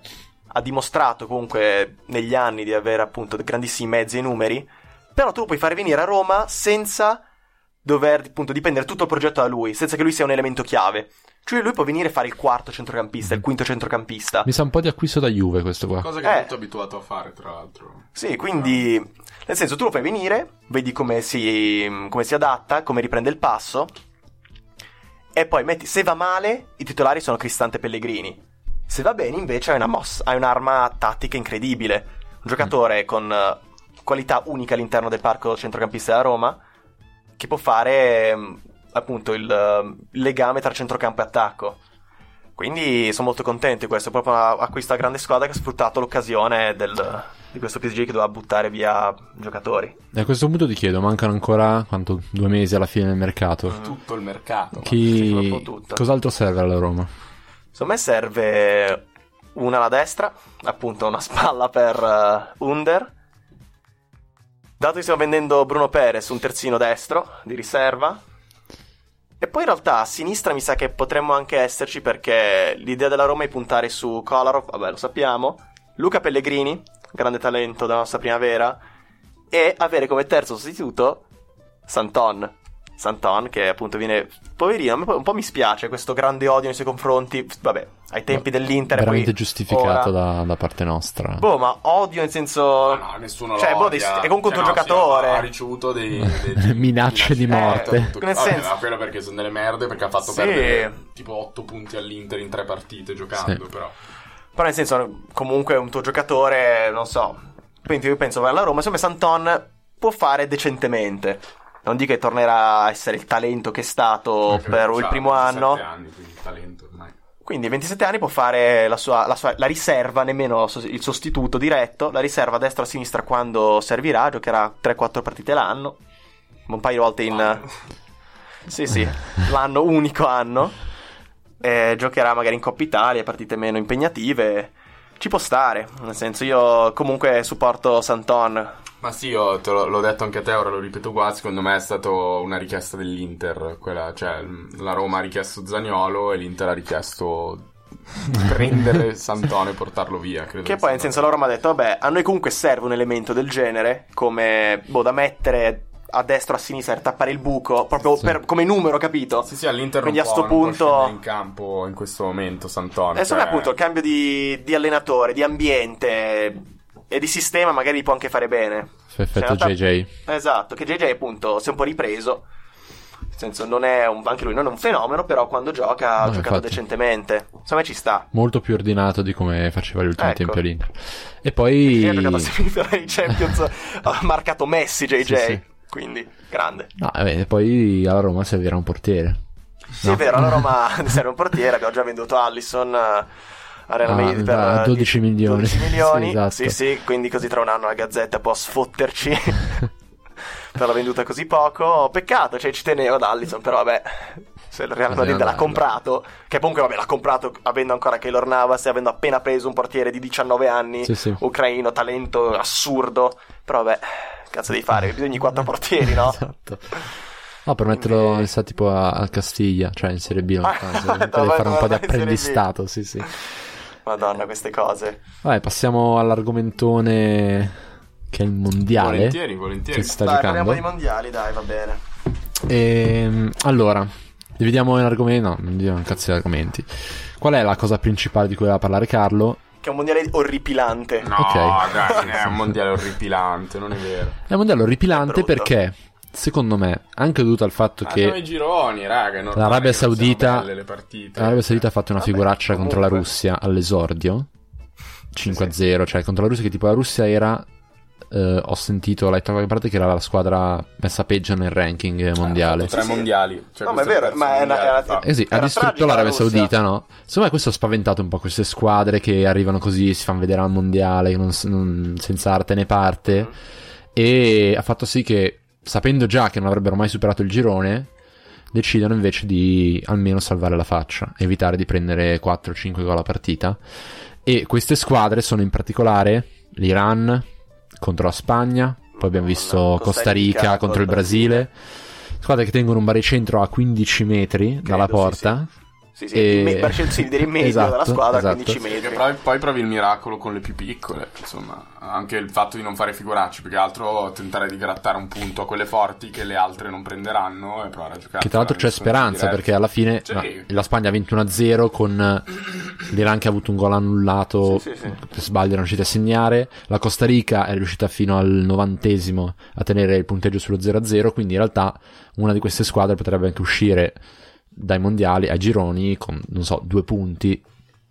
B: ha dimostrato comunque negli anni di avere appunto dei grandissimi mezzi e numeri, però tu lo puoi far venire a Roma senza dover appunto dipendere tutto il progetto da lui, senza che lui sia un elemento chiave. Cioè lui può venire a fare il quarto centrocampista,
A: Mm.
B: il quinto centrocampista.
A: Mi sa un po' di acquisto da Juve questo qua.
C: Cosa che è
B: Eh.
C: molto abituato a fare, tra l'altro.
B: Sì, quindi nel senso tu lo fai venire, vedi come si, come si adatta, come riprende il passo e poi metti, se va male i titolari sono Cristante e Pellegrini, se va bene invece hai, una mossa, hai un'arma tattica incredibile, un giocatore con eh, qualità unica all'interno del parco centrocampista della Roma che può fare ehm, appunto il ehm, legame tra centrocampo e attacco. Quindi sono molto contento di questo, è proprio una- acquista grande squadra che ha sfruttato l'occasione del- di questo PSG che doveva buttare via giocatori.
A: E a questo punto ti chiedo, mancano ancora quanto? Due mesi alla fine del mercato.
C: Tutto il mercato. ma-
B: Sì, un
A: Chi...
B: po' tutto.
A: Cos'altro serve alla Roma?
B: Secondo me serve una alla destra, appunto una spalla per eh, Under. Dato che stiamo vendendo Bruno Perez, un terzino destro di riserva. E poi in realtà a sinistra mi sa che potremmo anche esserci perché l'idea della Roma è puntare su Kolarov, vabbè lo sappiamo, Luca Pellegrini, grande talento della nostra primavera, e avere come terzo sostituto Santon. Santon, che appunto viene. Poverino, a me un po' mi spiace questo grande odio nei suoi confronti. Vabbè, ai tempi dell'Inter. e
A: veramente
B: poi ora-
A: giustificato da, da parte nostra.
B: Boh, ma odio nel senso.
C: No, no, nessuno
B: Cioè,
C: lo
B: boh,
C: odia.
B: dei- è comunque
C: Cioè,
B: un tuo
C: no, sì,
B: giocatore.
C: ha ricevuto dei, dei-
A: Minacce di morte.
C: Eh, tutto-
B: Nel
C: vabbè,
B: senso-
C: ma quello perché sono delle merde, perché ha fatto
B: Sì.
C: perdere tipo 8 punti all'Inter in tre partite giocando,
A: Sì.
C: però.
B: Però nel senso, comunque è un tuo giocatore, non so. Quindi io penso, vai alla Roma, insomma Santon può fare decentemente. Non dico che tornerà a essere il talento che è stato per
C: Cioè,
B: il primo
C: 17
B: anno.
C: anni, quindi talento ormai.
B: Quindi 27 anni può fare la sua, la sua- la riserva, nemmeno sos- il sostituto diretto, la riserva destra-sinistra quando servirà, giocherà 3-4 partite l'anno, un paio di volte in... Sì, sì, l'anno, unico anno. Eh, giocherà magari in Coppa Italia, partite meno impegnative. Ci può stare, nel senso io comunque supporto Santon.
C: Ma sì, io te l'ho, l'ho detto anche a te, ora lo ripeto qua, secondo me è stata una richiesta dell'Inter, quella, cioè mh, la Roma ha richiesto Zaniolo e l'Inter ha richiesto di prendere Santone e portarlo via, credo.
B: Che poi, nel senso, la Roma ha detto: Vabbè, a noi comunque serve un elemento del genere, come boh, da mettere a destra o a sinistra per tappare il buco, proprio
A: Sì.
B: per- come numero, capito?
C: Sì, sì, all'Inter
B: Quindi
C: non
B: a sto
C: può- non può
B: punto-
C: scendere in campo in questo momento Santone.
B: Adesso
C: cioè-
B: appunto il cambio di, di allenatore, di ambiente e di sistema magari gli può anche fare bene.
A: F- Effetto
B: Cioè, in
A: JJ.
B: Esatto, che JJ appunto si è un po' ripreso. Nel senso, non è un, anche lui non è un fenomeno, però quando gioca ha
A: No,
B: giocato
A: infatti.
B: decentemente. Insomma, ci sta.
A: Molto più ordinato di come faceva gli ultimi
B: Ecco.
A: tempi all'Inter. E
B: Sì, ha giocato a
A: poi...
B: semifinale di Champions, ha marcato Messi JJ,
A: Sì, sì.
B: quindi grande.
A: No, eh, e poi alla Roma servirà un portiere.
B: Sì,
A: No.
B: è vero, la Roma serve un portiere, abbiamo già venduto Allison a Real
A: Ah,
B: Madrid per
A: da
B: eh,
A: 12 milioni.
B: 12
A: Sì,
B: milioni. Sì,
A: esatto.
B: sì, quindi così tra un anno la Gazzetta può sfotterci per la venduta così poco. Peccato, cioè ci tenevo ad Allison, però vabbè, se il Real Madrid
A: Bisogna
B: l'ha
A: andarlo.
B: comprato, che comunque vabbè l'ha comprato avendo ancora Keylor Navas e avendo appena preso un portiere di 19 anni,
A: Sì, sì.
B: ucraino, talento assurdo, però vabbè, cazzo devi fare, bisogna quattro portieri, no?
A: Esatto. No, per metterlo
B: Quindi-
A: in sa, tipo a, a Castiglia, cioè in Serie B, non
B: Ah,
A: so,
B: dove-
A: deve fare un po' di
B: dove- in Serie B.
A: apprendistato, sì, sì.
B: Madonna, queste cose.
A: Vabbè, passiamo all'argomentone che è il mondiale
C: Volentieri, volentieri.
A: che si sta
B: dai, parliamo
A: giocando.
B: di mondiali, dai, va bene.
A: Ehm, allora, dividiamo in argomenti, no, non dividiamo un cazzo di argomenti. Qual è la cosa principale di cui voleva parlare Carlo?
B: Che è un mondiale orripilante.
C: No,
A: Ok.
C: dai, è un mondiale orripilante, non è vero.
A: È un mondiale orripilante
B: È brutto. Ah,
A: perché, secondo me, anche dovuto al fatto
C: Ma
A: che...
C: sono Ah, i gironi, raga, è normale
A: L'Arabia
C: che Cioè, non siano
A: Saudita-
C: belle le partite. cioè.
A: L'Arabia Saudita ha fatto una
B: Vabbè,
A: figuraccia contro la
B: comunque.
A: Russia all'esordio 5-0, cioè contro la Russia che tipo la Russia era eh, ho sentito, ho letto da qualche parte che era la squadra messa peggio nel
C: Ah,
A: ranking mondiale.
C: Tre
B: Sì, sì.
C: mondiali. Cioè,
B: No, ma è
C: questo
B: vero,
C: il terzo
B: ma è una-
C: mondiale
B: è una-
C: che fa.
A: Eh sì, ha
B: Era
A: distrutto
B: tragica la
A: l'Arabia
B: Russia.
A: Saudita, no? Secondo me questo ha spaventato un po' queste squadre che arrivano così, si fanno vedere al mondiale non s- non- senza arte né parte.
B: Mm-hmm.
C: Mm.
A: E ha fatto sì che, sapendo già che non avrebbero mai superato il girone, decidono invece di almeno salvare la faccia, evitare di prendere 4-5 gol a partita. E queste squadre sono in particolare l'Iran contro la Spagna, poi abbiamo visto
B: Costa
A: Costa Rica,
B: Rica
A: contro il
B: contro il Brasile.
A: Brasile. Squadre che tengono un baricentro a 15 metri dalla
B: Credo, sì,
A: porta.
B: Sì, sì,
A: E-
B: il me- Barcel- sì, il medio della
A: Eh, Esatto,
B: squadra
A: esatto.
B: a 15
C: Perché
B: metri.
C: provi- poi provi il miracolo con le più piccole, insomma, anche il fatto di non fare figuracci, più che altro tentare di grattare un punto a quelle forti che le altre non prenderanno e provare a
B: Ah,
C: giocare.
A: Che tra l'altro c'è speranza perché alla fine
C: Sì.
A: no, la Spagna ha vinto 1-0 con l'Iran che ha avuto un gol annullato
B: Sì, sì, sì.
A: per sbaglio non è riuscita a segnare, la Costa Rica è riuscita fino al novantesimo a tenere il punteggio sullo 0-0, quindi in realtà una di queste squadre potrebbe anche uscire dai mondiali ai gironi con non so due punti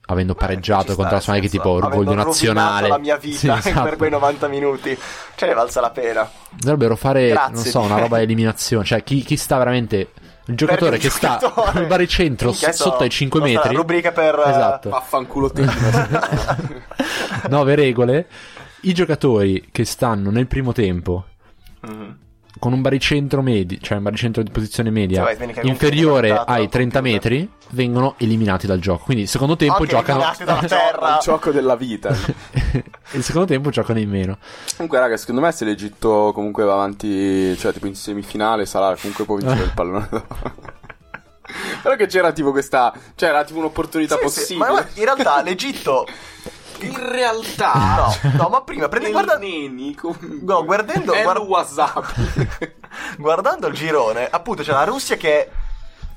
A: avendo
B: Ci
A: pareggiato
B: sta,
A: contro la Spagna che
B: nel senso,
A: tipo orgoglio
B: avendo rovinato
A: nazionale
B: la mia vita
A: Sì, esatto.
B: per quei 90 minuti. Ce ne è valsa la pena.
A: Dovrebbero fare,
B: Grazie,
A: non so,
B: direi.
A: una roba di eliminazione. Cioè, chi, chi sta veramente. Il giocatore
B: Perdi
A: che
B: un giocatore.
A: sta al baricentro
B: Minchia,
A: s-
B: adesso
A: sotto ai 5
B: nostra
A: metri.
B: rubrica per, eh,
A: Esatto.
C: Vaffanculo te.
A: Nove regole. I giocatori che stanno nel primo tempo con un baricentro medi, cioè un baricentro di posizione media
B: Cioè, vai, vieni che hai
A: inferiore
B: confuso
A: ai 30
B: computer.
A: metri, vengono eliminati dal gioco. Quindi, secondo tempo
B: Anche
A: giocano.
B: eliminati dalla terra.
C: gioco della vita.
A: Il secondo tempo giocano in meno.
C: Comunque, raga, secondo me se l'Egitto comunque va avanti, cioè tipo in semifinale, sarà comunque può vincere il pallone d'oro. Però che c'era tipo questa, cioè era tipo un'opportunità
B: Sì, sì, ma guarda, in realtà l'Egitto... ah,
C: In realtà,
B: No, no, ma prima prendi... Guarda...
C: Neni,
B: No, guardando- El guard-
C: WhatsApp.
B: guardando il girone, appunto c'è la Russia che...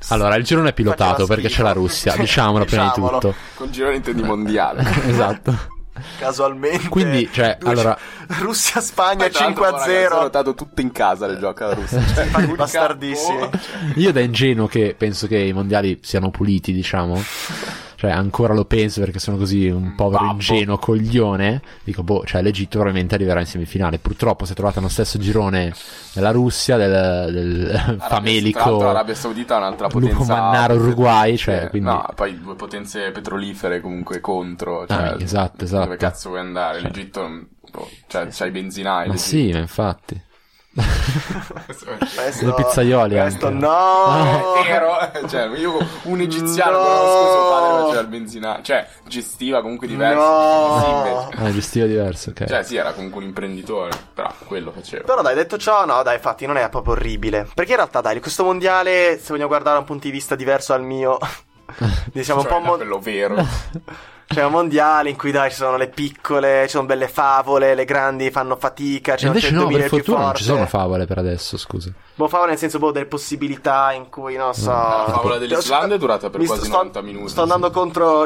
A: Allora, il girone è pilotato
B: Faceva
A: perché c'è
B: schifo.
A: la Russia, diciamolo prima di
B: Diciamolo.
A: tutto.
C: Con girone intendi mondiale.
A: esatto.
B: Casualmente...
A: Quindi, cioè,
B: due-
A: allora-
B: Russia-Spagna
C: Tra l'altro, ragazzi,
B: 5-0.
C: Ho notato tutto in casa le gioca la Russia. Cioè,
B: Infatti,
C: un
B: bastardissimi.
C: campo-
A: Io da ingenuo che penso che i mondiali siano puliti, diciamo. Cioè, ancora lo penso perché sono così un povero
C: Babbo.
A: ingenuo coglione. Dico, boh, cioè l'Egitto probabilmente arriverà in semifinale. Purtroppo si è trovata nello stesso girone della Russia, del, del
C: Arabia- Tra l'altro
A: famelico
C: l'Arabia Saudita è un'altra
A: Lupo
C: potenza.
A: Mannaro, Uruguay, cioè,
C: Sì,
A: quindi-
C: No, poi due potenze petrolifere comunque contro. Cioè,
A: Ah, esatto, esatto.
C: Dove cazzo vuoi andare?
A: Cioè.
C: L'Egitto, non- boh, cioè, c'hai i benzinai.
A: Ma sì, ma infatti.
B: Questo-
A: Le pizzaioli
B: Questo
A: anche. Ah, eh.
B: no!
C: È vero, cioè, io un egiziano
B: No.
C: conosco suo padre faceva il benzinaio, cioè gestiva comunque diverso.
B: No.
C: Sì, invece.
A: Ah, gestivo diverso, ok.
C: Cioè, sì, era comunque un imprenditore, però quello faceva.
B: Però dai, detto ciò, no, dai, infatti non è proprio orribile. Perché in realtà, dai, questo mondiale, se vogliamo guardare da un punto di vista diverso al mio, diciamo
C: Cioè,
B: un po'
C: era
B: mon-
C: quello vero.
B: C'è un mondiale in cui dai ci sono le piccole, ci sono belle favole, le grandi fanno fatica,
A: E
B: c'è
A: invece no,
B: 100.000
A: per
B: il più
A: fortuna non
B: forte.
A: ci sono favole per adesso, scusa.
B: Boh, favole nel senso boh, delle possibilità in cui, non so...
C: La favola dell'Islanda è durata per
B: Mi
C: quasi
B: sto-
C: 90 minuti.
B: Sto andando contro,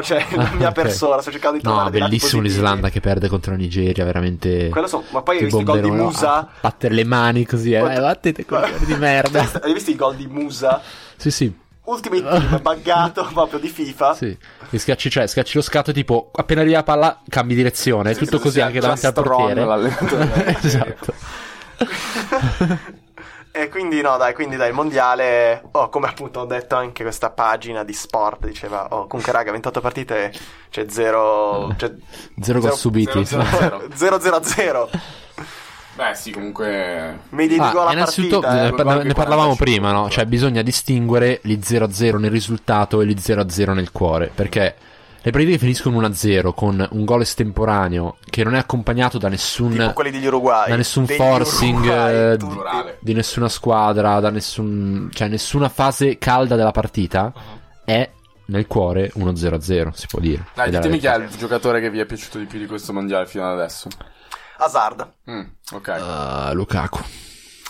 B: cioè, la mia
A: Ah, ok.
B: persona, sto cercando di trovare
A: No,
B: dei lati
A: bellissimo
B: positivi.
A: l'Islanda che perde contro la Nigeria, veramente.
B: Quello so, ma poi hai
A: Che
B: visto i gol di
A: bomberone,
B: Musa?
A: a- Battere le mani così, eh.
B: Quanto-
A: Dai, battete coglioni di merda.
B: Hai visto i gol di Musa?
A: Sì, sì,
B: Ultimate team buggato proprio di FIFA.
A: sì. E schiacci, cioè, schiacci lo scatto, tipo, appena arriva la palla, cambi direzione.
C: Sì,
A: tutto
C: sì,
A: così
C: sì,
A: anche davanti al
C: Charles Tron,
A: portiere.
C: l'allenatore della Nigeria.
A: esatto.
B: E quindi no, dai, quindi dai, il mondiale, oh, come appunto ho detto anche questa pagina di sport diceva, oh, comunque raga, 28 partite c'è zero cioè c'è
A: Zero gol subiti.
C: zero, zero,
B: 0
C: zero.
B: 0 0.
C: Beh, sì, comunque.
B: Media di
A: Ah,
B: gol a
A: innanzitutto
B: partita.
A: ne,
B: eh.
A: ne
C: Guarda che
A: parlavamo
C: 45
A: prima, no?
C: punti.
A: Cioè, bisogna distinguere gli 0-0 nel risultato e gli 0-0 nel cuore. Perché le partite che finiscono 1-0 con un gol estemporaneo che non è accompagnato da nessun.
B: Tipo quelli degli Uruguay.
A: da nessun
B: Degli
A: forcing,
B: Uruguay,
A: eh,
B: tutti.
C: Morale.
A: di nessuna squadra, da nessun, cioè nessuna fase calda della partita,
B: Uh-huh.
A: è nel cuore 1-0-0, si può dire.
C: Dai,
A: Ed è la
C: ditemi chi è
A: verità.
C: il giocatore che vi è piaciuto di più di questo mondiale fino ad adesso.
B: Hazard.
C: Mm, ok.
A: Eh, Lukaku.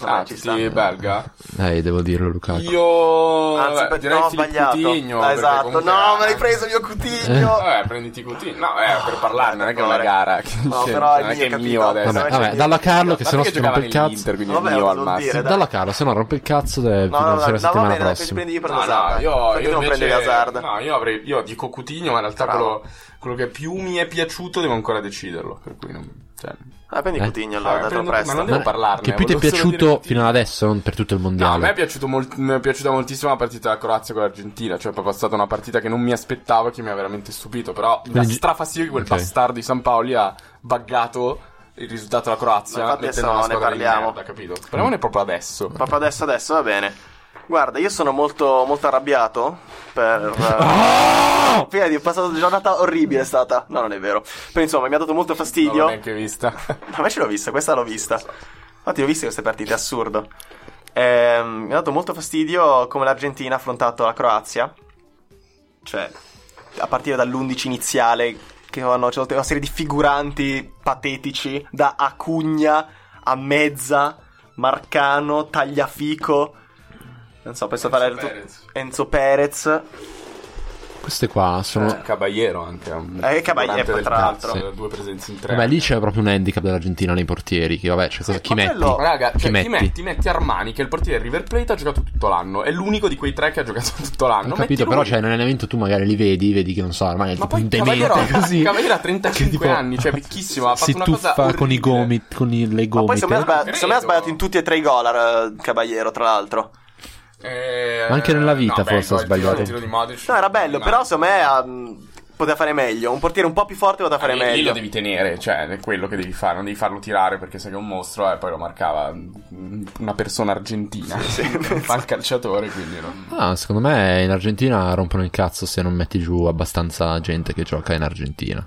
C: Ah,
B: Vabbè, ci sta.
C: sì, boh, belga.
A: Eh, devo dirlo Lukaku.
C: Io
B: Anzi,
C: vabbè,
B: per-
C: direi
B: no, ho
C: Filippo
B: sbagliato.
C: Coutinho,
B: Ah,
C: perché
B: esatto.
C: comunque- Eh,
B: No, me l'hai preso il mio Coutinho.
C: Vabbè, prenditi Coutinho. No, eh, per parlarne, non è che è una
B: Allora.
C: gara. che-
B: No,
C: cioè,
B: però è
C: non è
B: mio,
C: che è
B: capito?
C: mio adesso.
A: Vabbè,
B: Vabbè,
A: vabbè,
B: c'è
A: dalla
B: niente.
A: Carlo che se no
C: Guardate
A: si
C: che
A: rompe il
C: giocava
A: cazzo.
C: nell'Inter, quindi
B: Vabbè,
C: è mio
B: lo
C: al
B: devo
C: massimo.
B: dire, dai.
A: Dalla Carlo, se no rompe il cazzo eh,
B: No, no,
A: fino
B: no,
A: alla
B: no, va
A: settimana
B: bene, dai,
A: prossima.
B: prendi io prendo
C: No,
B: Hazard.
C: no,
B: dai.
C: io,
B: Perché
C: io
B: non
C: invece-
B: prendevi Hazard?
C: No, io avrei. Io dico Coutinho, ma in realtà
B: Bravo.
C: quello, quello che più mi è piaciuto devo ancora deciderlo. Per cui non. Cioè,
B: Ah, prendi
A: Eh?
B: Coutinho allora,
C: Ah,
B: dato
C: prendo-
B: presto.
C: ma non devo- parlarne,
A: Che più ti è
C: volevo solo dire
A: piaciuto
C: che ti-
A: fino ad adesso, non per tutto il
C: No, a me è,
A: mondiale.
C: piaciuto molt- mi è piaciuta moltissimo la partita della Croazia con l'Argentina. Cioè, poi è stata una partita che non mi aspettavo, che mi ha veramente stupito. Però da
A: Quindi-
C: strafastidio che quel
A: Ok.
C: bastardo di San Paoli ha buggato il risultato della Croazia.
B: Ma infatti
C: mettendo
B: adesso
C: una
B: ne
C: squadra di
B: parliamo.
C: merda, capito? Parliamone proprio adesso.
B: Proprio adesso, adesso va bene. Guarda, io sono molto, molto arrabbiato per...
A: Ah!
B: eh, Piedi, ho passato una giornata orribile è stata. No, non è vero. Però insomma, mi ha dato molto
C: Non
B: fastidio.
C: l'ho
B: Ma
C: neanche vista.
B: invece l'ho vista, questa l'ho vista. Infatti ho visto queste partite, è assurdo. Ehm, mi ha dato molto fastidio come l'Argentina ha affrontato la Croazia. Cioè, a partire dall'11 iniziale, che hanno c'è una serie di figuranti patetici, da Acugna a Mezza, Marcano, Tagliafico. Non so, penso a
C: Enzo
B: fare
C: Perez.
B: Enzo Perez.
A: Queste qua sono.
C: Eh, Caballero anche. un
B: Eh, Caballero,
C: figurante del
B: tra
C: cazzo, eh,
A: l'altro.
C: Due presenze in tre.
A: Vabbè, lì c'è proprio un handicap dell'Argentina nei portieri. Che vabbè, cioè, cosa,
B: Sì,
A: chi
B: ma
A: metti?
B: quello-
C: Raga,
A: Chi
C: cioè,
A: metti?
C: ti metti, metti Armani, che è il portiere River Plate, ha giocato tutto l'anno. È l'unico di quei tre che ha giocato tutto l'anno.
A: Ho
C: Metti
A: capito,
C: lui.
A: però, cioè, in allenamento tu magari li vedi, vedi che non so, ormai è
C: Ma
A: tipo
C: poi
A: un
C: Cavaliero,
A: demente così.
C: Cavaliero ha 35
A: che tipo-
C: anni, cioè vecchissimo, ha
A: si
C: fatto una cosa
A: tuffa con i
C: orribile.
A: gomiti, con i- le
B: Ma poi
A: gomite.
B: secondo me, ha sbagliato-
C: credo.
B: secondo me ha sbagliato in tutti e tre i gol eh, Caballero, tra l'altro.
C: Eh,
A: Anche nella vita
C: no,
A: forse
C: beh,
A: ha sbagliato.
C: Il tiro, il tiro di Modric.
B: No, era bello,
C: Ma-
B: però secondo me ah, mh, poteva fare meglio. Un portiere un po' più forte poteva fare
C: Lì- Lì
B: meglio.
C: lo devi tenere, cioè è quello che devi fare, non devi farlo tirare perché sai che è un mostro e poi lo marcava mm, una persona argentina, fa il calciatore quindi no.
A: Ah, secondo me in Argentina rompono il cazzo se non metti giù abbastanza gente che gioca in Argentina.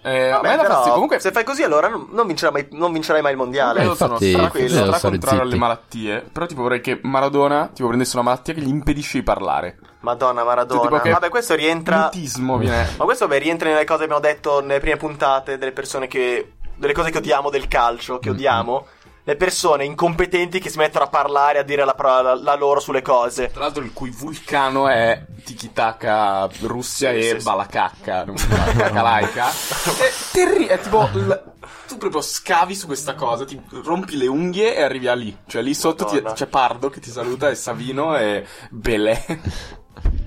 C: Eh, a
B: Vabbè,
C: me la
B: però,
C: fastidio, comunque
B: se fai così allora non non vincerai mai, non vincerai mai il mondiale.
A: Eh,
C: Io sono
A: infatti,
C: stra-
A: quello,
C: stra-
A: stare
C: contrario alle
A: zitti.
C: malattie. Però, tipo, vorrei che Maradona tipo, prendesse una malattia che gli impedisce di parlare.
B: Madonna
C: Cioè, tipo
B: Maradona.
C: che
B: Vabbè, questo rientra.
C: Mutismo viene.
B: Ma questo vabbè, rientra nelle cose che abbiamo detto nelle prime puntate delle persone che. delle cose che odiamo del calcio, che odiamo. le persone incompetenti che si mettono a parlare, a dire la, pro- la- la loro sulle cose.
C: Tra l'altro il cui vulcano è Tikitaka Russia
B: Sì,
C: e
B: sì, sì.
C: Balakacca, Balakacca laica. È terri- è tipo... l- Tu proprio scavi su questa cosa, ti rompi le unghie e arrivi a lì. Cioè lì sotto ti-
B: Madonna.
C: c'è Pardo che ti saluta e Savino e Belè.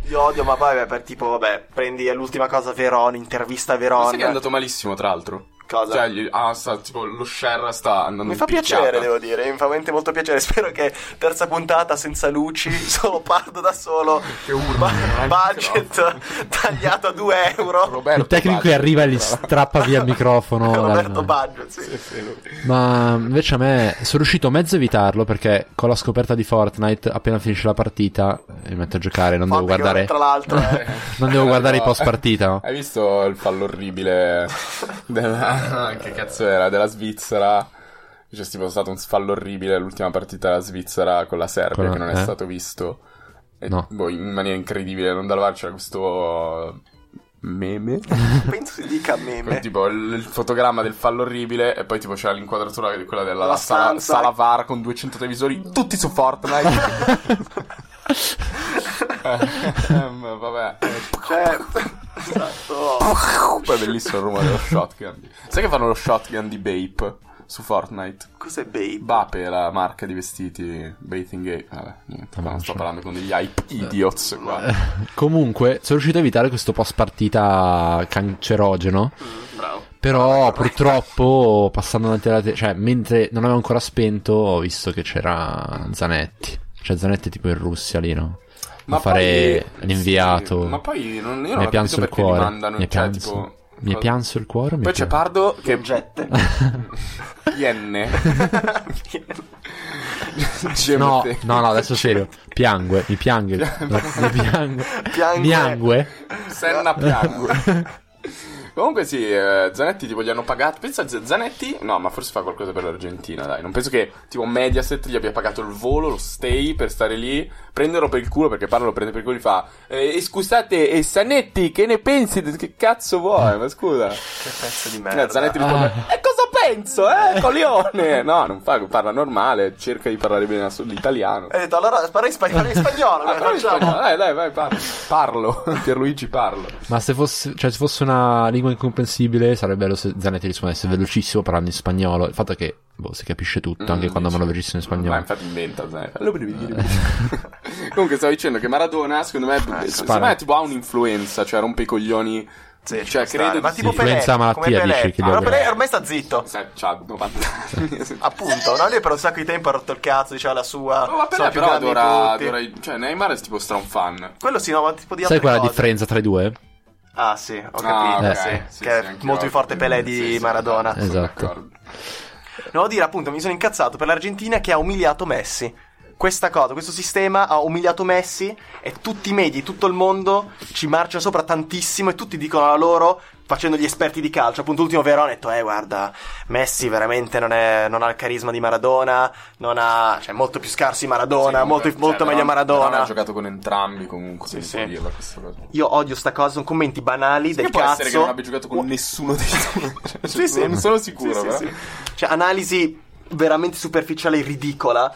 B: Io odio, ma vabbè, per tipo, vabbè, prendi l'ultima cosa Verona, intervista
C: Ma sai che è
B: Verona.
C: andato malissimo tra l'tro?
B: Cosa?
C: Cioè, gli- ah, sta- tipo, lo Sherra sta andando
B: Mi
C: in
B: fa
C: picchiata.
B: piacere, devo dire, mi fa veramente molto piacere. Spero che terza puntata senza luci, solo pardo da solo.
C: Che urla,
B: Ba-
C: eh,
B: budget tagliato a 2 euro.
C: Roberto
A: il tecnico che
C: Baggio,
A: arriva e gli
C: tra-
A: strappa via il microfono.
B: Roberto
A: dal-
B: Baggio, sì.
C: Sì, sì, lui.
A: Ma invece a me sono riuscito mezzo a evitarlo perché con la scoperta di Fortnite appena finisce la partita mi metto a giocare, non devo
B: Forte che
A: guardare,
B: Tra l'altro, eh.
A: non devo guardare i
C: No.
A: post partita.
C: eh, Hai visto il fallo orribile della... che cazzo era? Della Svizzera? C'è tipo stato un fallo orribile all'ultima partita della Svizzera con la Serbia
A: Con la-
C: che non è
A: eh?
C: stato visto. E,
A: No.
C: boh, in maniera incredibile, non da VAR c'era questo meme.
B: penso si dica meme.
C: Con tipo il, il fotogramma del fallo orribile e poi tipo c'era l'inquadratura di quella della
B: La
C: sala,
B: stanza.
C: sala VAR con 200 televisori tutti su Fortnite. Ehm, Vabbè.
B: Cioè, esatto.
C: Poi è bellissimo il rumore dello shotgun. Sai che fanno lo shotgun di Bape su Fortnite?
B: Cos'è Babe?
C: Bape è la marca di vestiti Bathing Ape. Vabbè, niente,
A: Vabbè,
C: non sto
A: cioè. Eh,
C: parlando con degli hype idiots qua.
A: Comunque sono riuscito a evitare questo post partita cancerogeno.
B: Mm, bravo.
C: Ah,
A: Però
C: ecco.
A: purtroppo passando davanti alla tele, cioè mentre non avevo ancora spento ho visto che c'era Zanetti. Cioè Zanetti è tipo in Russia lì, no? A fare
C: poi-
A: l'inviato.
C: sì, ma poi non, io non
A: mi
C: ho
A: è pianso il
C: capito perché li
A: cuore.
C: mandano,
A: mi è
C: cioè,
A: pianso.
C: tipo-
A: mi è pianso il cuore. mi è
C: Poi c'è
A: pian-
C: Pardo che
B: Gette.
C: Ienne.
A: No, no, no, adesso serio. Piangue, mi piangue. mi piangue.
B: Piangue.
A: Miangue.
C: Senna piangue. Comunque sì, eh, Zanetti tipo gli hanno pagato. Pensa a Z- Zanetti? No, ma forse fa qualcosa per l'Argentina, dai. Non penso che tipo Mediaset gli abbia pagato il volo, lo stay per stare lì. Prenderlo per il culo perché parlo lo prende per il culo e gli fa eh, eh, scusate, eh, Zanetti, che ne pensi? Che cazzo vuoi? Ma scusa.
B: Che pezzo di
C: Eh, Zanetti risponde E cosa penso, eh, coglione? No, non fa, parla normale, cerca di parlare bene la- l'italiano.
B: Hai detto allora parla in spagnolo, in spagnolo,
C: Ah,
B: come
C: però in
B: Eh, facciamo?
C: spagnolo. Dai, dai, vai, parlo. Parlo, Pierluigi parlo.
A: Ma se fosse, cioè, se fosse una lingua incomprensibile sarebbe bello se Zanetti rispondesse
B: Eh.
A: velocissimo parlando in spagnolo. Il fatto è che, boh, si capisce tutto, anche
C: Mm,
A: quando
C: sì.
A: vanno velocissimo in
C: Ma
A: spagnolo.
C: infatti inventa Zanetti.
B: Eh,
C: Lo devi dire. Comunque stavo dicendo che Maradona, secondo me,
B: Eh,
C: secondo
A: spara.
C: me tipo ha un'influenza, cioè rompe i coglioni.
B: Sì, ci
C: cioè,
B: può stare.
C: credo
B: ma
C: di
B: tipo
C: sì.
B: Pelé,
A: Influenza malattia,
B: come Pelé.
A: dici, che
B: Allora
A: dovrebbe-
B: Pelé ormai sta zitto.
C: Sai, c'ha 90 anni. Ah,
B: Appunto, no? Lui per un sacco di tempo ha rotto il cazzo, diceva la sua.
C: Oh, Ma
B: sono
C: Pelé
B: più
C: però
B: grandi di
C: adora,
B: tutti.
C: adora i- Cioè, Neymar è tipo un fan.
B: Quello sì, no, ma tipo di
A: Sai
B: altre
A: qual è la
B: cose.
A: differenza tra i due?
B: Ah, sì, ho capito.
C: Ah, ok,
B: sì,
C: sì,
B: che è
C: sì,
B: molto
C: anche io. Mm,
B: più forte Pelé di
C: Sì, sì,
B: Maradona.
C: sono
A: Esatto.
C: d'accordo.
B: No, devo dire, appunto, mi sono incazzato per l'Argentina che ha umiliato Messi. Questa cosa, questo sistema ha umiliato Messi e tutti i media, di tutto il mondo ci marcia sopra tantissimo e tutti dicono la loro facendo gli esperti di calcio. Appunto, l'ultimo Verone ha detto, eh, guarda, Messi veramente non, è- non ha il carisma di Maradona, non ha, cioè, molto più scarsi Maradona,
C: Sì,
B: molto,
C: comunque,
B: molto
C: cioè,
B: meglio
C: Verona- Verona
B: Maradona.
C: ha giocato con entrambi comunque,
B: Sì,
C: sì,
B: sì.
C: dirla questa cosa.
B: Io odio sta cosa, sono commenti banali del
C: Che può
B: cazzo.
C: essere che non abbia giocato con nessuno dei due. Cioè,
B: Sì, sì.
C: Non sono sicuro,
B: Sì, sì,
C: però.
B: sì. Cioè, analisi veramente superficiale e ridicola.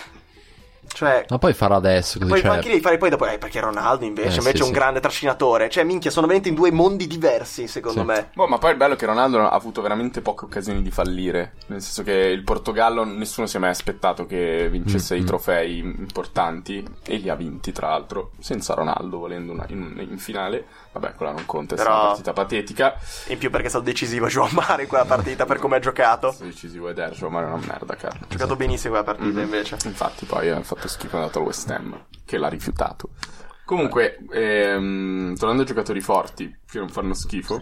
B: Cioè,
A: Ma poi farà adesso, così
B: poi
A: cioè-
B: anche devi fare poi dopo, eh, perché Ronaldo invece,
A: Eh,
B: invece
A: sì,
B: è un
A: sì.
B: grande trascinatore. Cioè, minchia, sono veramente in due mondi diversi, secondo
A: Sì.
B: me.
C: Boh, ma poi il bello è che Ronaldo ha avuto veramente poche occasioni di fallire. Nel senso che il Portogallo nessuno si è mai aspettato che vincesse
A: Mm,
C: i
A: mm.
C: trofei importanti. E li ha vinti, tra l'altro. Senza Ronaldo, volendo una- in, in finale. Vabbè, quella non conta, è stata
B: Però-
C: una partita patetica.
B: In più perché è stato decisivo Joao Mare in quella partita per come ha giocato. Ha
C: Se decisivo è Dercio, ma era una merda, caro.
B: giocato benissimo quella partita,
C: Mhm.
B: invece.
C: Infatti, poi ha fatto schifo è andato al West Ham, che l'ha rifiutato. Comunque, ehm, tornando ai giocatori forti, che non fanno schifo.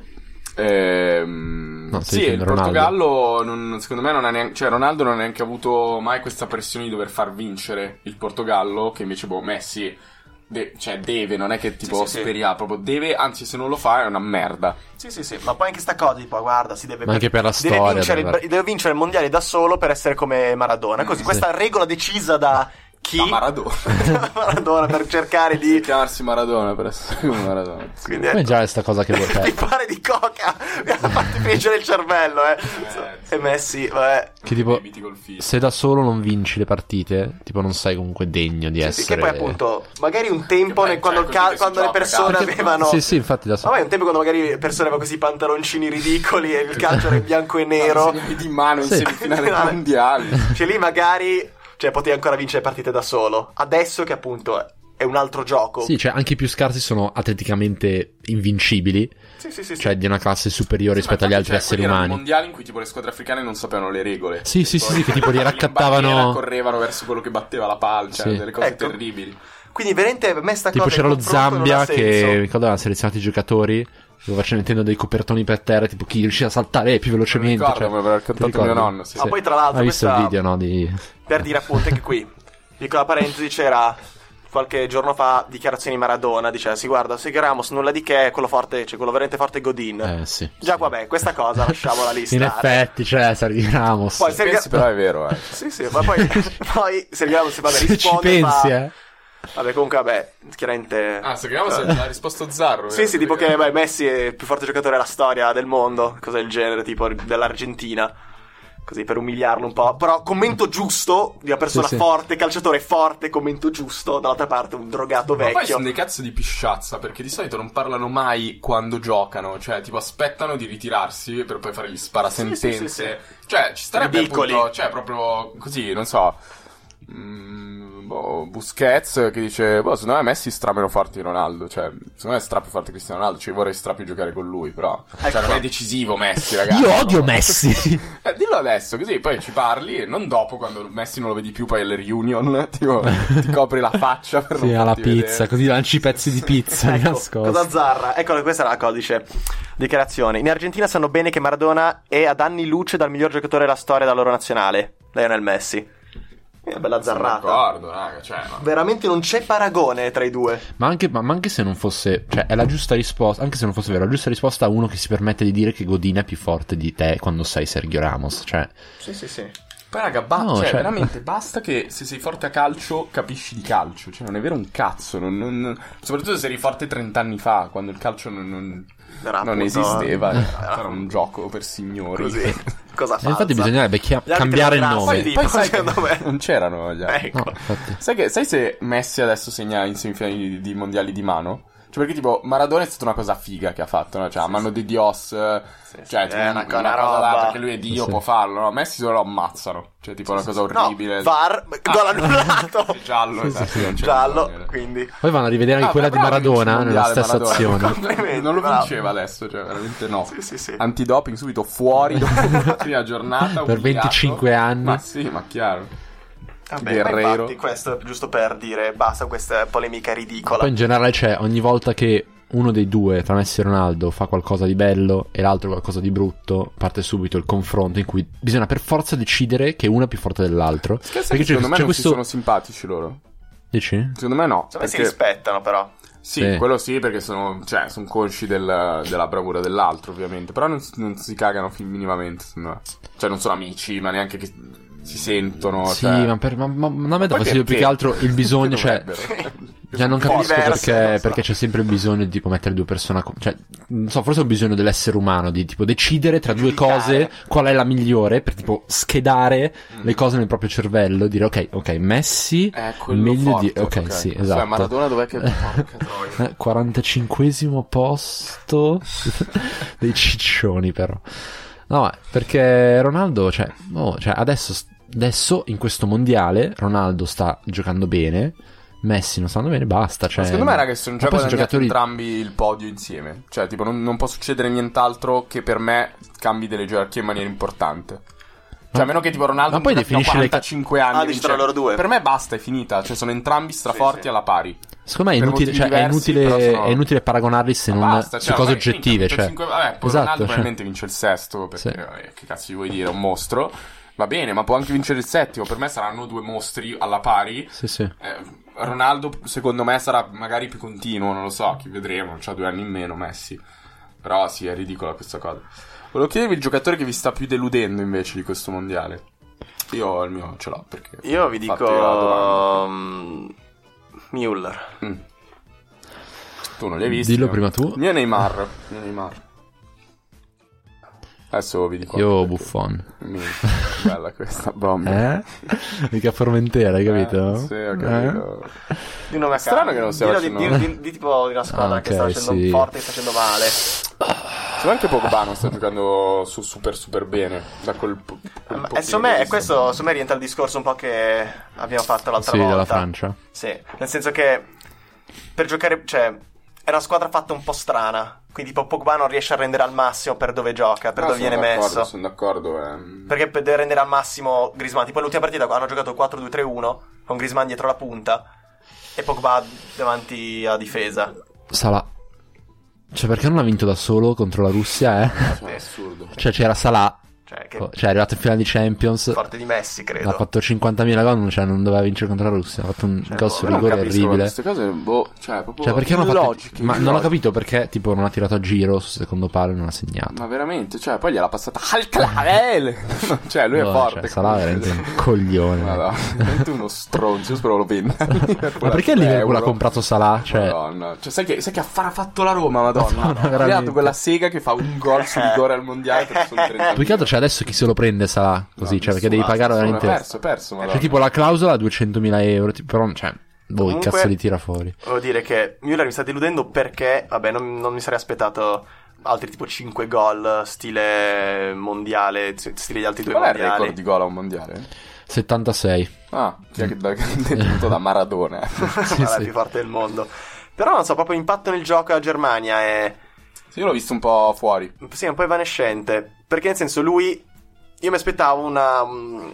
C: Ehm,
A: No, stai
C: sì, il
A: dicendo Ronaldo.
C: Portogallo, non- secondo me, non ha neanche, cioè, Ronaldo non ha neanche avuto mai questa pressione di dover far vincere il Portogallo, che invece, boh, Messi. de- cioè, deve, non è che tipo
B: sì, sì.
C: speria, proprio deve, anzi, se non lo fa è una merda.
B: Sì, sì, sì. Ma poi anche sta cosa, tipo, guarda, si deve...
A: Ma anche per la
B: deve
A: storia,
B: Vincere
A: per-
B: il, deve vincere il mondiale da solo per essere come Maradona. Così, questa regola decisa da chi
C: Da Maradona.
B: Maradona per cercare
C: Di
B: di
C: chiamarsi Maradona per essere come Maradona.
B: quindi
A: Come
B: ecco,
A: già è sta cosa che vuoi cioè,
B: di
A: te?
B: fare di coca mi ha fatto friggere il cervello eh.
C: sì.
B: e Messi vabbè
A: Che tipo,
C: Limiti col figlio.
A: se da solo non vinci le partite, tipo non sei comunque degno di
B: Sì,
A: essere...
B: che poi appunto magari un tempo
C: Che
B: nel-
C: beh,
B: quando,
C: cioè,
B: il
C: così
B: cal-
C: che si
B: quando le
C: gioca,
B: persone
C: cazzo.
B: avevano
A: Sì, sì, infatti da
B: Ma
A: solo...
B: poi un tempo quando magari le persone avevano questi pantaloncini ridicoli e il calcio era in bianco e nero.
C: Segnavi di mano in
A: Sì.
C: semifinale mondiali.
B: Cioè lì magari cioè, potevi ancora vincere partite da solo. Adesso che appunto è un altro gioco.
A: Sì, cioè anche i più scarsi sono atleticamente invincibili,
B: sì, sì, sì. sì.
A: cioè di una classe superiore rispetto agli altri
B: cioè,
A: esseri
C: erano
A: umani.
C: mondiali Cioè, in cui tipo le squadre africane non sapevano le regole. Cioè,
A: Sì, sì, sì, sì, che tipo li
C: In bandiera
A: raccattavano...
C: correvano verso quello che batteva la palla, cioè
A: Sì.
C: delle cose
B: Ecco.
C: terribili.
B: Quindi veramente a me sta
A: Tipo
B: cosa. il
A: c'era lo
B: confronto non
A: Zambia
B: ha senso.
A: che ricordo aveva selezionato i giocatori, lo faceva mettendo dei copertoni per terra, tipo chi riusciva a saltare più
C: Non
A: velocemente.
C: ricordo,
A: cioè,
C: me l'aveva raccontato
A: ti ricordi?
C: mio nonno, sì.
B: Ma Ah, poi, tra l'altro,
A: Hai visto
B: questa-
A: il video, no? Di...
B: Per dire appunto anche qui, piccola parentesi, c'era qualche giorno fa dichiarazioni di Maradona, diceva si guarda, se Ramos nulla di che, quello forte, cioè quello veramente forte è Godin.
A: Eh, sì.
B: Già,
A: sì.
B: vabbè, questa cosa lasciamola lì
A: In
B: stare.
A: effetti, cioè, Sergio Ramos.
B: Poi
A: Poi,
B: Sergio-
C: Pensi però è vero, eh.
B: Sì, sì, ma poi, poi Sergio Ramos vabbè,
A: se ci
B: risponde, ma-
A: pensi, eh.
B: Vabbè, comunque, vabbè, chiaramente...
C: Ah, se chiamiamo se ha risposto Zarro. eh.
B: Sì, sì, tipo che beh, Messi è il più forte giocatore della storia del mondo, cosa del genere, tipo dell'Argentina. Così per umiliarlo un po'. Però commento giusto di una persona
A: Sì, sì.
B: forte, calciatore forte, commento giusto. Dall'altra parte un drogato
C: Ma poi
B: vecchio.
C: sono dei cazzo di pisciazza, perché di solito non parlano mai quando giocano, cioè tipo aspettano di ritirarsi per poi fare gli sparasentenze.
B: Sì, sì, sì,
C: Cioè, ci starebbe
B: Ridicoli.
C: appunto, cioè proprio così, non so. mm, boh, Busquets che dice: Boh, secondo me Messi stra meno forte di Ronaldo. Cioè, secondo me è stra più forte di Cristiano Ronaldo. Ci vorrei stra più giocare con lui, però.
B: Ecco.
C: Cioè, non è decisivo Messi, ragazzi.
A: Io odio
C: No.
A: Messi.
C: Eh, dillo adesso, così poi ci parli e non dopo quando Messi non lo vedi più, poi alle reunion tipo, ti copri la faccia per
A: Sì,
C: non
A: alla
C: farti vedere.
A: pizza, così lanci i pezzi di pizza di
B: Ecco,
A: nascosto.
B: cosa zarra? Ecco, questa è la cosa, dice. Dichiarazione. In Argentina sanno bene che Maradona è ad anni luce dal miglior giocatore della storia della loro nazionale, Lionel Messi. È bella
C: Sono
B: zarrata.
C: d'accordo, raga, cioè, ma-
B: Veramente non c'è paragone tra i due.
A: Ma anche, ma- ma anche se non fosse, cioè, è la giusta risposta. Anche se non fosse vero, è la giusta risposta a uno che si permette di dire che Godina è più forte di te quando sei Sergio Ramos. Cioè,
B: Sì, sì, sì.
C: Poi raga, ba-
A: No,
C: cioè,
A: cioè-
C: veramente basta che se sei forte a calcio capisci di calcio, cioè non è vero un cazzo, non- non- soprattutto se eri forte 30 anni fa, quando il calcio non, non-
B: Era
C: non
B: appunto-
C: esisteva, era,
B: era-
C: era un gioco per signori.
B: Così. Cosa fa?
A: e Eh, infatti bisognerebbe chia-
B: Gli arbitri
A: cambiare il
B: non grassi,
A: nome.
B: sì.
C: Poi sai
B: Secondo me.
C: che non c'erano gli altri.
B: Ecco.
A: No, infatti.
C: Sai, che- sai se Messi adesso segna in semifinali di, di mondiali di mano? Cioè, perché tipo Maradona è stata una cosa figa che ha fatto, no? Cioè, a mano di Dios, eh, cioè,
B: sì,
C: tipo,
B: è una- una
C: una, cosa
B: roba.
C: data che lui è Dio,
A: Sì.
C: può farlo, no? Messi solo lo ammazzano, cioè, tipo, una cosa
B: No,
C: orribile.
B: VAR, gol annullato.
C: Sì, giallo, esatto, non c'è
B: Giallo,
C: bisogno.
B: quindi.
A: Poi vanno a rivedere anche
C: Ah,
A: quella di
C: bravo, vince
A: Maradona eh,
C: il
A: nella
C: mondiale,
A: stessa
C: Maradona.
A: azione.
B: Complimenti,
C: non lo
B: bravo.
C: vinceva adesso, cioè, veramente no.
B: Sì, sì, sì.
C: Antidoping subito fuori dopo la prima giornata.
A: Per
C: umiliato.
A: 25 anni.
C: Ma sì, ma chiaro.
B: Vabbè, ma
C: Guerrero.
B: infatti questo è giusto per dire basta questa polemica ridicola.
A: Poi in generale c'è ogni volta che uno dei due, tra Messi e Ronaldo, fa qualcosa di bello e l'altro qualcosa di brutto, parte subito il confronto in cui bisogna per forza decidere che uno è più forte dell'altro.
C: Scherzi,
A: Perché c'è,
C: secondo me
A: c'è
C: non
A: questo...
C: si sono simpatici loro.
A: Dici?
C: Secondo me no.
B: Secondo me si
C: perché-
B: rispettano però.
C: Sì,
A: Sì.
C: quello sì, perché sono, cioè, sono consci del- della bravura dell'altro, ovviamente. Però non, si- non si cagano fin minimamente, secondo me. Cioè, non sono amici, ma neanche che si sentono.
A: sì,
C: cioè...
A: ma, per, ma, ma, ma a me dà
C: Poi
A: fastidio più
C: perché?
A: che altro il bisogno, cioè...
C: Dovrebbero.
A: Già non capisco
B: diverse, non
A: perché,
B: so.
A: perché c'è sempre il bisogno di tipo, mettere due persone a co- cioè, non so, forse è un bisogno dell'essere umano di tipo decidere tra due
B: Giudicare.
A: cose qual è la migliore per tipo schedare
C: Mm.
A: le cose nel proprio cervello, dire ok, ok, Messi
C: Eh, quello
A: meglio
C: forte,
A: di ok, sì,
C: Cioè,
A: esatto.
C: Maradona dov'è che porca troia.
A: 45 Eh, posto dei ciccioni però. No, ma perché Ronaldo, cioè, no, cioè, adesso, adesso in questo mondiale Ronaldo sta giocando bene, Messi non sta andando bene, basta. Cioè,
C: Ma secondo me, raga, sono
A: Ma
C: già
A: poi
C: guadagnati
A: sono giocatori
C: entrambi il podio insieme. Cioè, tipo, non, non può succedere nient'altro che per me cambi delle gerarchie in maniera importante. Cioè, a meno che tipo Ronaldo
A: Ma poi
C: non fino a
A: definisci le ca-
C: 45 anni.
B: Ah, dici
C: vince-
B: tra loro due.
C: Per me basta, è finita. Cioè, sono entrambi straforti
B: Sì, sì.
C: alla pari.
A: Secondo me è
C: per
A: inutile,
C: motivi
A: cioè, è,
C: diversi, però
A: inutile,
C: sono-
A: è inutile paragonarli se non
C: Basta,
A: su
C: cioè,
A: cose
C: ormai è finita,
A: oggettive. Cioè.
C: 85 vabbè,
A: Esatto,
C: poi Ronaldo
A: cioè.
C: probabilmente vince il sesto. Perché
A: Sì.
C: eh, che cazzo gli vuoi dire? È un mostro. Va bene, ma può anche vincere il settimo. Per me saranno due mostri alla pari.
A: Sì, sì.
C: Eh, Ronaldo, secondo me, sarà magari più continuo, non lo so, chi vedremo, c'ha due anni in meno Messi. Però sì, è ridicola questa cosa. Volevo chiedervi il giocatore che vi sta più deludendo invece di questo mondiale. Io il mio ce l'ho perché...
B: Io vi
C: ho fatto io la domanda.
B: dico... mm, Müller.
C: Tu non li hai visti?
A: Dillo
C: no?
A: prima tu.
C: Il mio è Neymar. Il mio è Neymar. Adesso vi dico...
A: Io
C: perché-
A: Buffon.
C: Mi- Bella questa bomba.
A: Eh? Mica Formentera, hai capito?
C: Eh, sì, ho
A: Eh?
C: capito.
B: Di un nome a
C: Strano
B: caso.
C: che non stia
B: Dillo
C: facendo-
B: di, di- di- di tipo di una squadra
A: Ah,
B: che sta
A: ok,
B: facendo
A: sì.
B: forte e sta facendo male.
C: Secondo me anche Pogba non sta giocando su super super bene. Da quel... po- quel
B: Ma,
C: pochino
B: insomma,
C: che
B: è
C: ho
B: questo insomma, rientra il discorso un po' che abbiamo fatto l'altra
A: Sì,
B: volta.
A: dalla Francia.
B: Sì, nel senso che per giocare, cioè, è una squadra fatta un po' strana. Quindi, tipo, Pogba non riesce a rendere al massimo per dove gioca, per
C: No,
B: dove
C: sono
B: viene
C: d'accordo,
B: messo.
C: Sono d'accordo. ehm.
B: Perché per- deve rendere al massimo Grisman. Tipo, l'ultima partita hanno giocato 4-2-3-1 con Grisman dietro la punta e Pogba davanti a difesa.
A: Salah. Cioè, perché non ha vinto da solo contro la Russia, eh?
C: Cioè, è assurdo.
A: Cioè, c'era Salah.
B: Cioè, che
A: Cioè, è arrivato in finale di Champions.
B: forte di Messi, credo.
A: Ha fatto 50.000 gol, cioè non doveva vincere contro la Russia. Ha fatto un
B: Cioè,
A: gol
B: boh,
A: sul
C: Io non
A: rigore
C: capisco
A: orribile.
C: Queste cose, boh, cioè, proprio
A: Cioè, perché hanno
C: illogiche,
A: fatto. Ma non ho
C: illogiche.
A: capito perché, tipo, non ha tirato a giro sul secondo palo e non ha segnato.
C: Ma veramente, cioè, poi gliel'ha passata al clavel. cioè, lui è
A: No,
C: forte.
A: Cioè, Salah è veramente un coglione.
C: Madonna, veramente uno stronzo, io spero lo venda.
A: Ma perché
C: Eh,
A: il Liverpool ha comprato Salah? Cioè,
C: Madonna. Cioè, sai che, sai che affare ha fatto la Roma, Madonna?
A: Madonna,
C: Ha creato
A: veramente.
C: quella sega che fa un gol sul rigore al mondiale per solo 30
A: più che altro, cioè, adesso chi se lo prende Salah? Così,
C: No,
A: cioè, perché
C: nessuno,
A: devi pagare
C: nessuno,
A: veramente.
C: È perso, è perso, Madonna.
A: Cioè, tipo, la clausola 200.000 euro. tipo, però, cioè, boh, il
B: Comunque-
A: cazzo li tira fuori.
B: Volevo dire che Müller mi sta deludendo perché, vabbè, non, non mi sarei aspettato altri tipo 5 gol stile mondiale, s- stile di altri due
C: Qual è il
B: mondiali.
C: record di gol a un mondiale?
A: 76.
C: Ah, chi è che da, detenuto da Maradona.
A: Sì,
B: Ma la
A: sì.
B: più forte del mondo. Però non so, proprio impatto nel gioco a Germania è
C: Sì, io l'ho visto un po' fuori.
B: sì, è un po' evanescente, perché nel senso lui io mi aspettavo una, mm,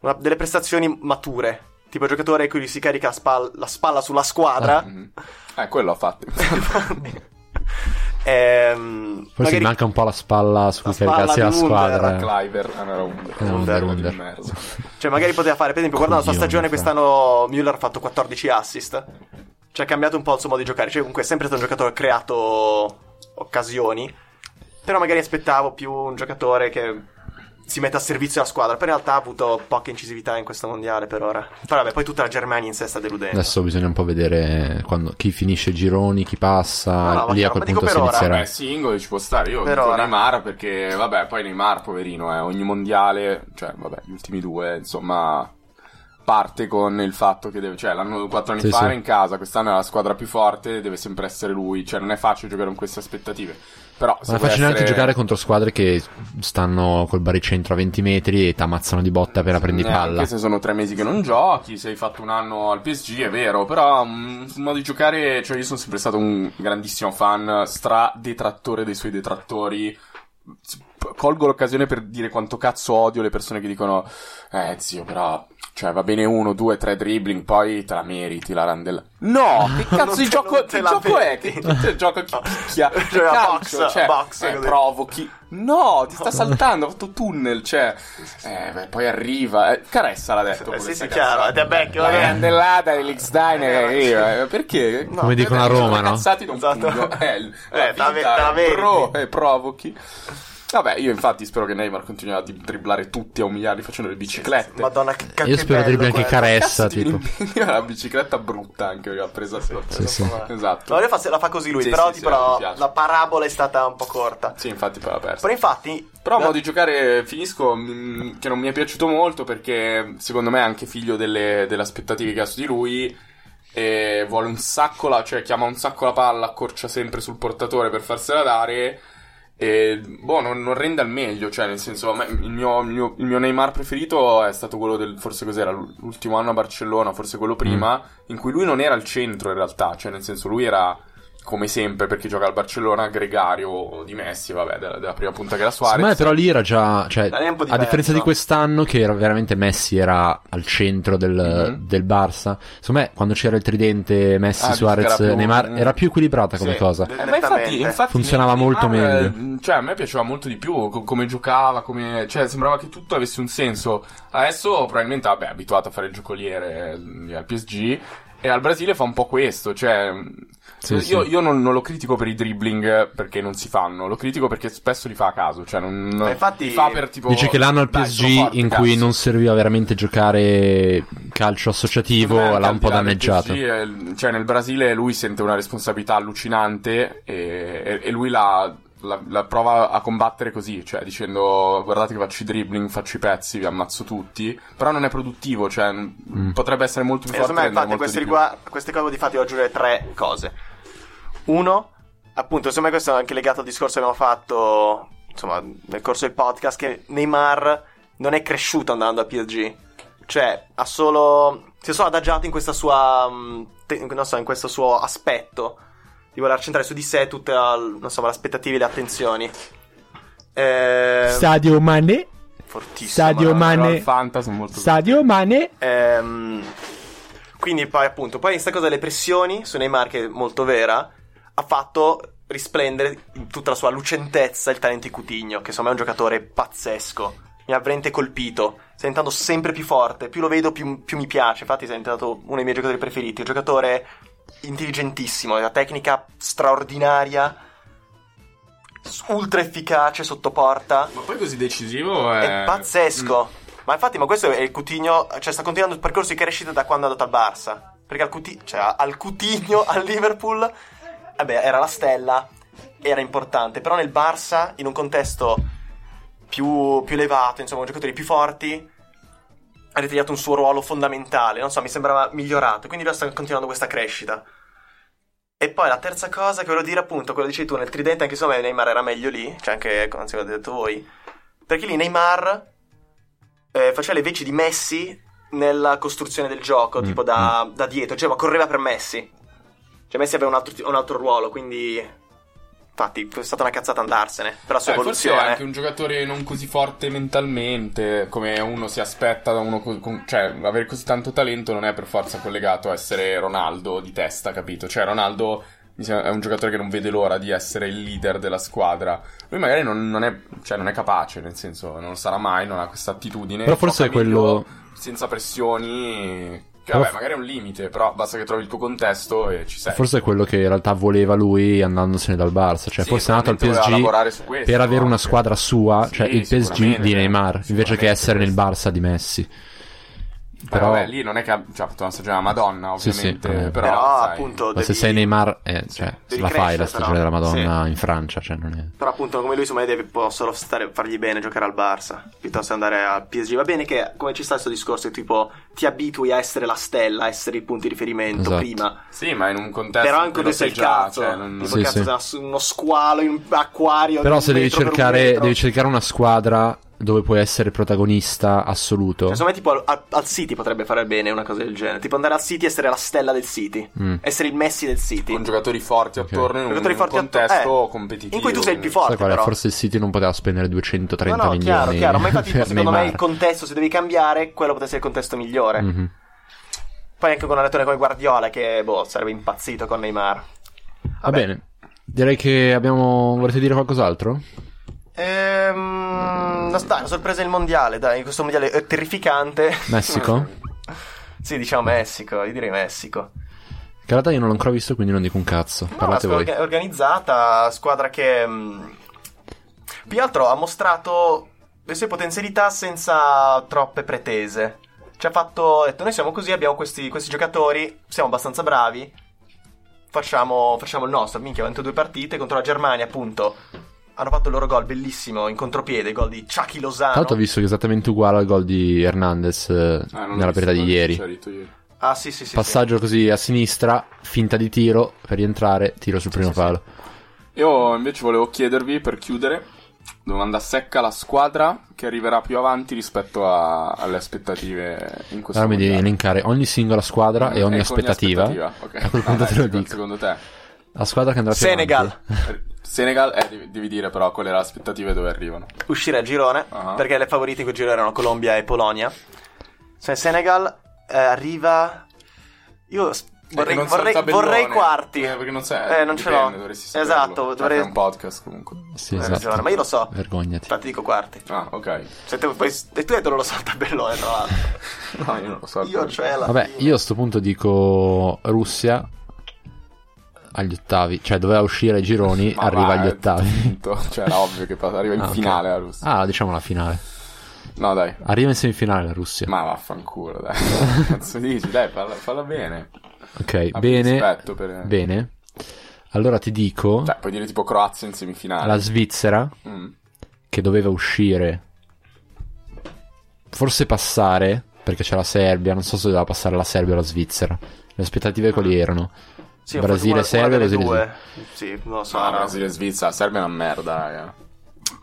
B: una- delle prestazioni mature, tipo giocatore cui si carica la, spal- la spalla sulla squadra.
A: Ah.
C: Mhm. Eh, quello ha fatto.
B: Ehm,
A: Forse
B: magari-
A: gli manca un po' la spalla su cui
B: La spalla
A: caricarsi
B: di
A: la
B: Wunder,
A: squadra. eh.
C: Cliver, ah, no, era un
A: Era un
C: era
A: Wunder.
C: di merda.
B: Cioè, magari poteva fare, per esempio, guardando la sua stagione,
A: Coglione,
B: quest'anno Müller ha fatto 14 assist. Cioè, ha cambiato un po' il suo modo di giocare. Cioè, comunque è sempre stato un giocatore che ha creato occasioni. Però magari aspettavo più un giocatore che si mette a servizio della squadra. Però in realtà ha avuto poca incisività in questo mondiale per ora. Però vabbè, poi tutta la Germania in sé sta deludendo.
A: Adesso bisogna un po' vedere quando- chi finisce i gironi, chi passa.
B: No, no, ma
A: lì a
B: chiaro,
A: quel
B: ma dico
A: punto si
B: per ora,
A: inizierà.
C: Beh, Eh, singoli ci può stare. Io
B: Per
C: dico
B: ora.
C: Neymar perché, vabbè, poi Neymar, poverino, eh, ogni mondiale, cioè, vabbè, gli ultimi due, insomma, parte con il fatto che deve, cioè, l'anno quattro anni
A: Sì,
C: fa
A: sì.
C: era in casa, quest'anno è la squadra più forte, deve sempre essere lui, cioè, non è facile giocare con queste aspettative. Però, se
A: Non è
C: vuoi
A: facile anche
C: essere-
A: giocare contro squadre che stanno col baricentro a 20 metri e ti ammazzano di botta appena prendi
C: Neanche
A: palla.
C: Eh, se sono tre mesi che non giochi, se hai fatto un anno al PSG, è vero. Però mm, un modo di giocare. Cioè, io sono sempre stato un grandissimo fan, stra detrattore dei suoi detrattori. Colgo l'occasione per dire quanto cazzo odio le persone che dicono: Eh, zio, però. Cioè, va bene uno, due, tre dribbling, poi te la meriti la randella. No! Che cazzo
B: Non
C: di
B: te-
C: gioco,
B: non te
C: che
B: la
C: gioco è?
B: meriti.
C: Che che gioco a chi picchia? Che
B: Cioè, a
C: calcio?
B: box,
C: cioè,
B: box,
C: eh,
B: così.
C: provochi. No, ti sta saltando, ha fatto tunnel, cioè. Eh, beh, poi arriva. Eh, caressa l'ha detto.
B: Eh,
C: pure
B: sì,
C: sta
B: sì, chiaro.
C: cazzata.
B: Ed è vecchio, eh.
C: La
B: vabbè.
C: candellata dell'X Diner
B: Eh,
C: arriva. Eh, Perché?
B: No,
A: Come dicono a
C: Perché
A: Roma,
C: sono
A: no?
C: Cazzati da un
B: Esatto.
C: pugno. Eh, l-
B: Eh,
C: la
B: te la ve-
C: vita
B: te la
C: è
B: vedi.
C: pro- eh, provochi. Vabbè, io infatti spero che Neymar continui a di- dribblare tutti a umiliarli facendo le biciclette.
B: Madonna, che cazzo.
A: Io spero dribbli anche Caressa,
C: Cazzo di
A: tipo.
C: impegno, Una bicicletta brutta anche perché ha preso
A: Sì, sì.
C: Esatto.
B: No, lui fa- la fa così lui,
C: Sì,
B: però
C: sì,
B: tipo
C: sì, mi
B: la,
C: piace.
B: la parabola è stata un po' corta.
C: Sì, infatti poi l'ha persa.
B: Però infatti...
C: Però
B: la-
C: modo di giocare finisco mm, che non mi è piaciuto molto perché secondo me è anche figlio delle, delle aspettative che ha su di lui e vuole un sacco la, cioè chiama un sacco la palla, accorcia sempre sul portatore per farsela dare e boh, non, non rende al meglio, cioè nel senso a me- il mio, il mio- il mio Neymar preferito è stato quello del forse cos'era l'ultimo anno a Barcellona, forse quello prima, in cui lui non era al centro in realtà, cioè nel senso lui era come sempre perché gioca al Barcellona gregario di Messi, vabbè, della, della prima punta che era
A: Secondo me
C: Suarez.
A: però lì era già, cioè,
B: Era un po'
A: a differenza
B: diverso.
A: di quest'anno che era veramente Messi era al centro del,
C: Mhm.
A: del Barça, secondo me quando c'era il tridente Messi,
C: Ah, dici
A: Suarez,
C: che era più-
A: Neymar,
C: mm.
A: era più equilibrata come
C: Sì.
A: cosa.
B: De-
C: Eh, ma infatti,
B: Nettamente.
C: infatti
A: Funzionava molto
C: Neymar,
A: meglio.
C: eh, Cioè, a me piaceva molto di più co- come giocava, come... cioè, sembrava che tutto avesse un senso. Adesso probabilmente vabbè, è abituato a fare il giocoliere eh, al PSG E al Brasile fa un po' questo, cioè...
A: Sì,
C: io
A: sì.
C: io non, non lo critico per i dribbling perché non si fanno, lo critico perché spesso li fa a caso, cioè non...
B: Ma infatti- eh,
C: li fa per tipo...
A: Dice che l'anno al
C: "Dai, sono
A: PSG
C: forte,
A: in cui
C: cazzo".
A: non serviva veramente giocare calcio associativo
C: Merda,
A: l'ha
C: al
A: un po'
C: di là del
A: danneggiato.
C: PSG, eh, cioè, nel Brasile lui sente una responsabilità allucinante e, e- e lui la, la- la prova a combattere così, cioè dicendo guardate che faccio i dribbling, faccio i pezzi, vi ammazzo tutti, però non è produttivo, cioè
A: Mm.
C: potrebbe essere molto più
B: E
C: forte.
B: secondo me,
C: rendere
B: Eh, infatti,
C: molto
B: queste,
C: di più.
B: rigua- queste cose di fatto io aggiungerei tre cose. Uno, appunto, secondo me questo è anche legato al discorso che abbiamo fatto, insomma, nel corso del podcast, che Neymar non è cresciuto andando a PSG. Cioè, ha solo... si è solo adagiato in questa sua... mh, te- non so, in questo suo aspetto di voler centrare su di sé tutte, la- non so, le aspettative e le attenzioni. Eh,
D: Stadio Mane,
B: fortissimo.
D: Sadio
B: madonna.
C: Però
D: Mane.
C: al Fanta sono molto
D: Stadio Mane.
B: Ehm, quindi poi appunto, poi questa cosa delle pressioni su Neymar che è molto vera, ha fatto risplendere in tutta la sua lucentezza il talento di Coutinho, che secondo me è un giocatore pazzesco. Mi ha veramente colpito. Sta diventando sempre più forte. Più lo vedo, più, più mi piace. Infatti, è diventato uno dei miei giocatori preferiti. Un giocatore intelligentissimo, ha una tecnica straordinaria, ultra efficace sotto porta.
C: Ma poi così decisivo
B: È pazzesco. Ma infatti, ma questo è il Coutinho. Cioè, sta continuando il percorso di crescita da quando è andato al Barça. Perché al Coutinho, cioè, al Coutinho, al Liverpool, vabbè, era la stella, era importante. Però nel Barça, in un contesto più, più elevato, insomma, con giocatori più forti, ha ritagliato un suo ruolo fondamentale. Non so, mi sembrava migliorato. Quindi lui sta continuando questa crescita. E poi la terza cosa che volevo dire, appunto, quello che dici tu nel tridente, anche secondo me Neymar era meglio lì, cioè anche, anzi, l'avete detto voi, perché lì Neymar eh, faceva le veci di Messi nella costruzione del gioco,
A: Mm,
B: tipo da, da dietro, cioè ma correva per Messi. Cioè Messi aveva un altro, un altro ruolo, quindi... Infatti è stata una cazzata andarsene per la sua
C: Eh, forse è
B: evoluzione.
C: anche un giocatore non così forte mentalmente come uno si aspetta da uno co- con- cioè avere così tanto talento non è per forza collegato a essere Ronaldo di testa capito cioè Ronaldo mi sembra- è un giocatore che non vede l'ora di essere il leader della squadra lui magari non, non è cioè non è capace nel senso non lo sarà mai non ha questa attitudine
A: Però forse è
C: gioca meglio
A: quello...
C: senza pressioni che
A: Però
C: vabbè
A: f-
C: magari è un limite però basta che trovi il tuo contesto e ci sei
A: Forse è quello che in realtà voleva lui andosene dal Barça. Cioè,
C: Sì,
A: forse è nato al
C: probabilmente voleva
A: PSG
C: lavorare su
B: Eh,
C: questo,
A: per avere
C: no?
A: una
C: Cioè-
A: squadra sua,
C: Sì,
A: cioè il PSG
C: sicuramente,
A: di Neymar, invece
C: sicuramente
A: che essere nel
C: questo.
A: Barça di Messi.
C: Beh,
A: Però,
C: vabbè, lì non è che ha, cioè, ha fatto una stagione alla Madonna,
A: Sì, sì,
C: ovviamente. però,
A: eh.
B: Però,
C: sai,
B: appunto...
A: ma se
B: devi-
A: sei Neymar, eh, cioè,
B: devi
A: la fai
B: crescere,
A: la stagione
B: però.
A: della Madonna in Francia. Cioè, non è...
B: Però appunto come lui insomma deve può solo stare, fargli bene giocare al Barça piuttosto che andare al PSG. Va bene che come ci sta questo discorso che tipo ti abitui a essere la stella, a essere il punto di riferimento
A: Esatto.
B: prima.
C: Sì, ma in un contesto.
B: Però
C: in
B: anche
C: cui
B: questo è il
C: lo sai già,
B: cazzo.
C: cioè, non-
B: tipo
A: Sì,
B: cazzo,
A: sì.
B: una- uno squalo in un acquario. di
A: Però
B: un
A: se devi
B: metro per un
A: cercare,
B: metro.
A: devi cercare una squadra dove puoi essere protagonista assoluto.
B: Cioè, secondo me tipo al, al- al City potrebbe fare bene una cosa del genere. Tipo andare al City e essere la stella del City.
A: Mm.
B: Essere il Messi del City.
C: Con giocatori forti
A: Ok.
C: attorno in un,
B: Giocatori
C: in un
B: forti atto-
C: contesto
B: eh,
C: competitivo.
B: in cui tu sei il più
C: quindi-
B: forte,
A: Sai qual è?
B: però.
A: Forse il City non poteva spendere 230
B: no, no,
A: milioni
B: chiaro, chiaro. Ma infatti,
A: per
B: secondo me,
A: Neymar.
B: il contesto, se devi cambiare, quello potrebbe essere il contesto migliore.
A: Mhm.
B: Poi anche con un allenatore come Guardiola, che boh, sarebbe impazzito con Neymar.
A: Va bene. Direi che abbiamo. Volete dire qualcos'altro?
B: Ehm. no, dai, una sorpresa il mondiale, dai, questo mondiale è terrificante.
A: Messico?
B: sì, diciamo Messico, io direi Messico.
A: Che in realtà io non l'ho ancora visto, quindi non dico un cazzo.
B: No, una
A: Parlate
B: squadra
A: voi.
B: orga- organizzata, squadra che mh, più che altro ha mostrato le sue potenzialità senza troppe pretese. Ci ha fatto, ha detto noi siamo così, abbiamo questi, questi giocatori, siamo abbastanza bravi, facciamo, facciamo il nostro. Minchia, ho vinto due partite contro la Germania, appunto. Hanno fatto il loro gol bellissimo in contropiede, il gol di Chucky
A: Tra l'altro ho
B: Lozano.
A: visto che è esattamente uguale al gol di Hernandez eh,
C: Eh, non l'ho
A: nella
C: visto,
A: partita di
C: non l'ho
A: ieri.
C: digerito ieri.
B: Ah sì sì sì. sì.
A: Passaggio così a sinistra, finta di tiro per rientrare, tiro sul primo
C: sì,
A: palo.
C: Io invece volevo chiedervi per chiudere. Domanda secca la squadra che arriverà più avanti rispetto a- alle aspettative in questo
A: Allora mi devi
C: mondiale.
A: elencare ogni singola squadra
C: Eh,
A: e ogni aspettativa.
C: ok.
A: A quel punto
C: Ah,
A: te lo
C: dai,
A: dico.
C: Secondo te?
A: La squadra che andrà più
B: Senegal.
A: avanti.
C: Senegal, eh, devi, devi dire però qual era l'aspettativa e dove arrivano.
B: uscire a girone
C: Ah.
B: perché le favorite in quel girone erano Cioè, Colombia e Polonia. Se Senegal eh, arriva. Io s- Vorrei,
C: non so il
B: vorrei-
C: tabellone.
B: vorrei quarti.
C: Eh, perché non sai.
B: Eh, non ce l'ho.
C: dipende, dovresti saperlo.
B: Esatto,
C: Perché
B: dovrei-
C: È un podcast comunque.
A: Sì,
B: Eh,
A: esatto.
B: ragione, ma io lo so.
A: Vergognati.
B: Infatti dico quarti.
C: Ah, ok.
B: Se te poi- e tu hai detto non lo so il tabellone, tra l'altro.
C: No, io non lo so.
B: Io cioè la
A: Vabbè,
B: fine.
A: io a sto punto dico Russia agli ottavi, cioè doveva uscire ai gironi,
C: Ma
A: arriva
C: va,
A: agli
C: è
A: ottavi.
C: tutto. Cioè, era ovvio che passa- arriva in
A: Ah, ok.
C: finale la Russia.
A: Ah, diciamo la finale.
C: No, dai.
A: Arriva in semifinale la Russia.
C: Ma vaffanculo, dai. Che Cazzo dici, dai, falla, falla bene.
A: ok,
C: Abbi
A: bene.
C: rispetto per-
A: Bene. Allora ti dico
C: Cioè, puoi dire tipo Croazia in semifinale.
A: la Svizzera
C: Mm.
A: che doveva uscire forse passare perché c'è la Serbia, non so se doveva passare la Serbia o la Svizzera. Le aspettative
C: Ah.
A: quali erano?
B: Sì,
A: Brasile,
B: forse una-
A: Serbia,
B: una delle
A: Brasile,
B: due. Sì, non lo so.
C: No,
B: no.
C: no, Ah, Brasile e Svizzera. La Serbia è una merda, raga.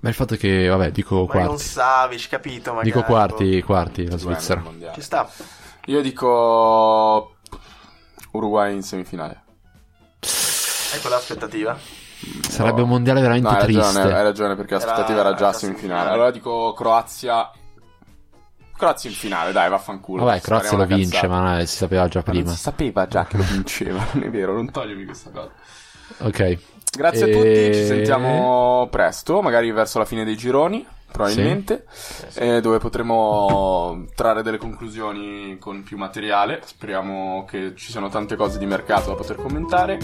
A: Ma il fatto è che, vabbè, dico
B: Ma non
A: quarti.
B: Savic, capito? Magari. boh.
A: Dico quarti, quarti la
C: Tutti due hanno il
A: Svizzera.
C: mondiale.
B: Ci sta.
C: Io dico Uruguay in semifinale.
B: Ecco l'aspettativa.
A: Sarebbe un mondiale veramente
C: No, hai
A: triste.
C: ragione, hai ragione perché
B: Era-
C: l'aspettativa era, già
B: era
C: semifinale.
B: semifinale.
C: Allora dico Croazia. Croazia in finale, dai, vaffanculo.
A: Vabbè,
C: Spariamo
A: Croazia lo
C: una
A: vince,
C: cazzata.
A: ma eh, si sapeva già
C: Ma non
A: prima.
C: si sapeva già che lo vinceva, non è vero, non togliermi questa cosa.
A: Ok,
C: Grazie
A: E-
C: a tutti, ci sentiamo presto, magari verso la fine dei gironi, probabilmente, eh, dove potremo trarre delle conclusioni con più materiale. Speriamo che ci siano tante cose di mercato da poter commentare.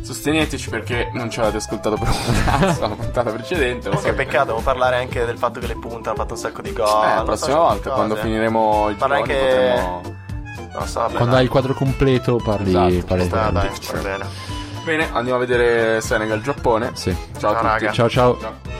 C: Sosteneteci perché non ci avete ascoltato per un cazzo la puntata precedente. lo
B: Comunque,
C: so.
B: peccato, devo parlare anche del fatto che le punte hanno fatto un sacco di gol.
C: Eh, la
B: non so,
C: prossima volta,
B: cose.
C: quando finiremo il
B: Parla
C: gironi,
B: anche-
C: potremo...
B: Non lo so,
A: quando hai il quadro completo parli.
C: Esatto, ci
A: parli
B: Ci sta,
A: italiano.
B: dai, va bene.
C: Bene, andiamo a vedere Senegal-Giappone.
A: Sì.
C: Ciao
B: Ciao,
C: a tutti.
B: Ah, raga.
A: Ciao ciao.
C: Ciao.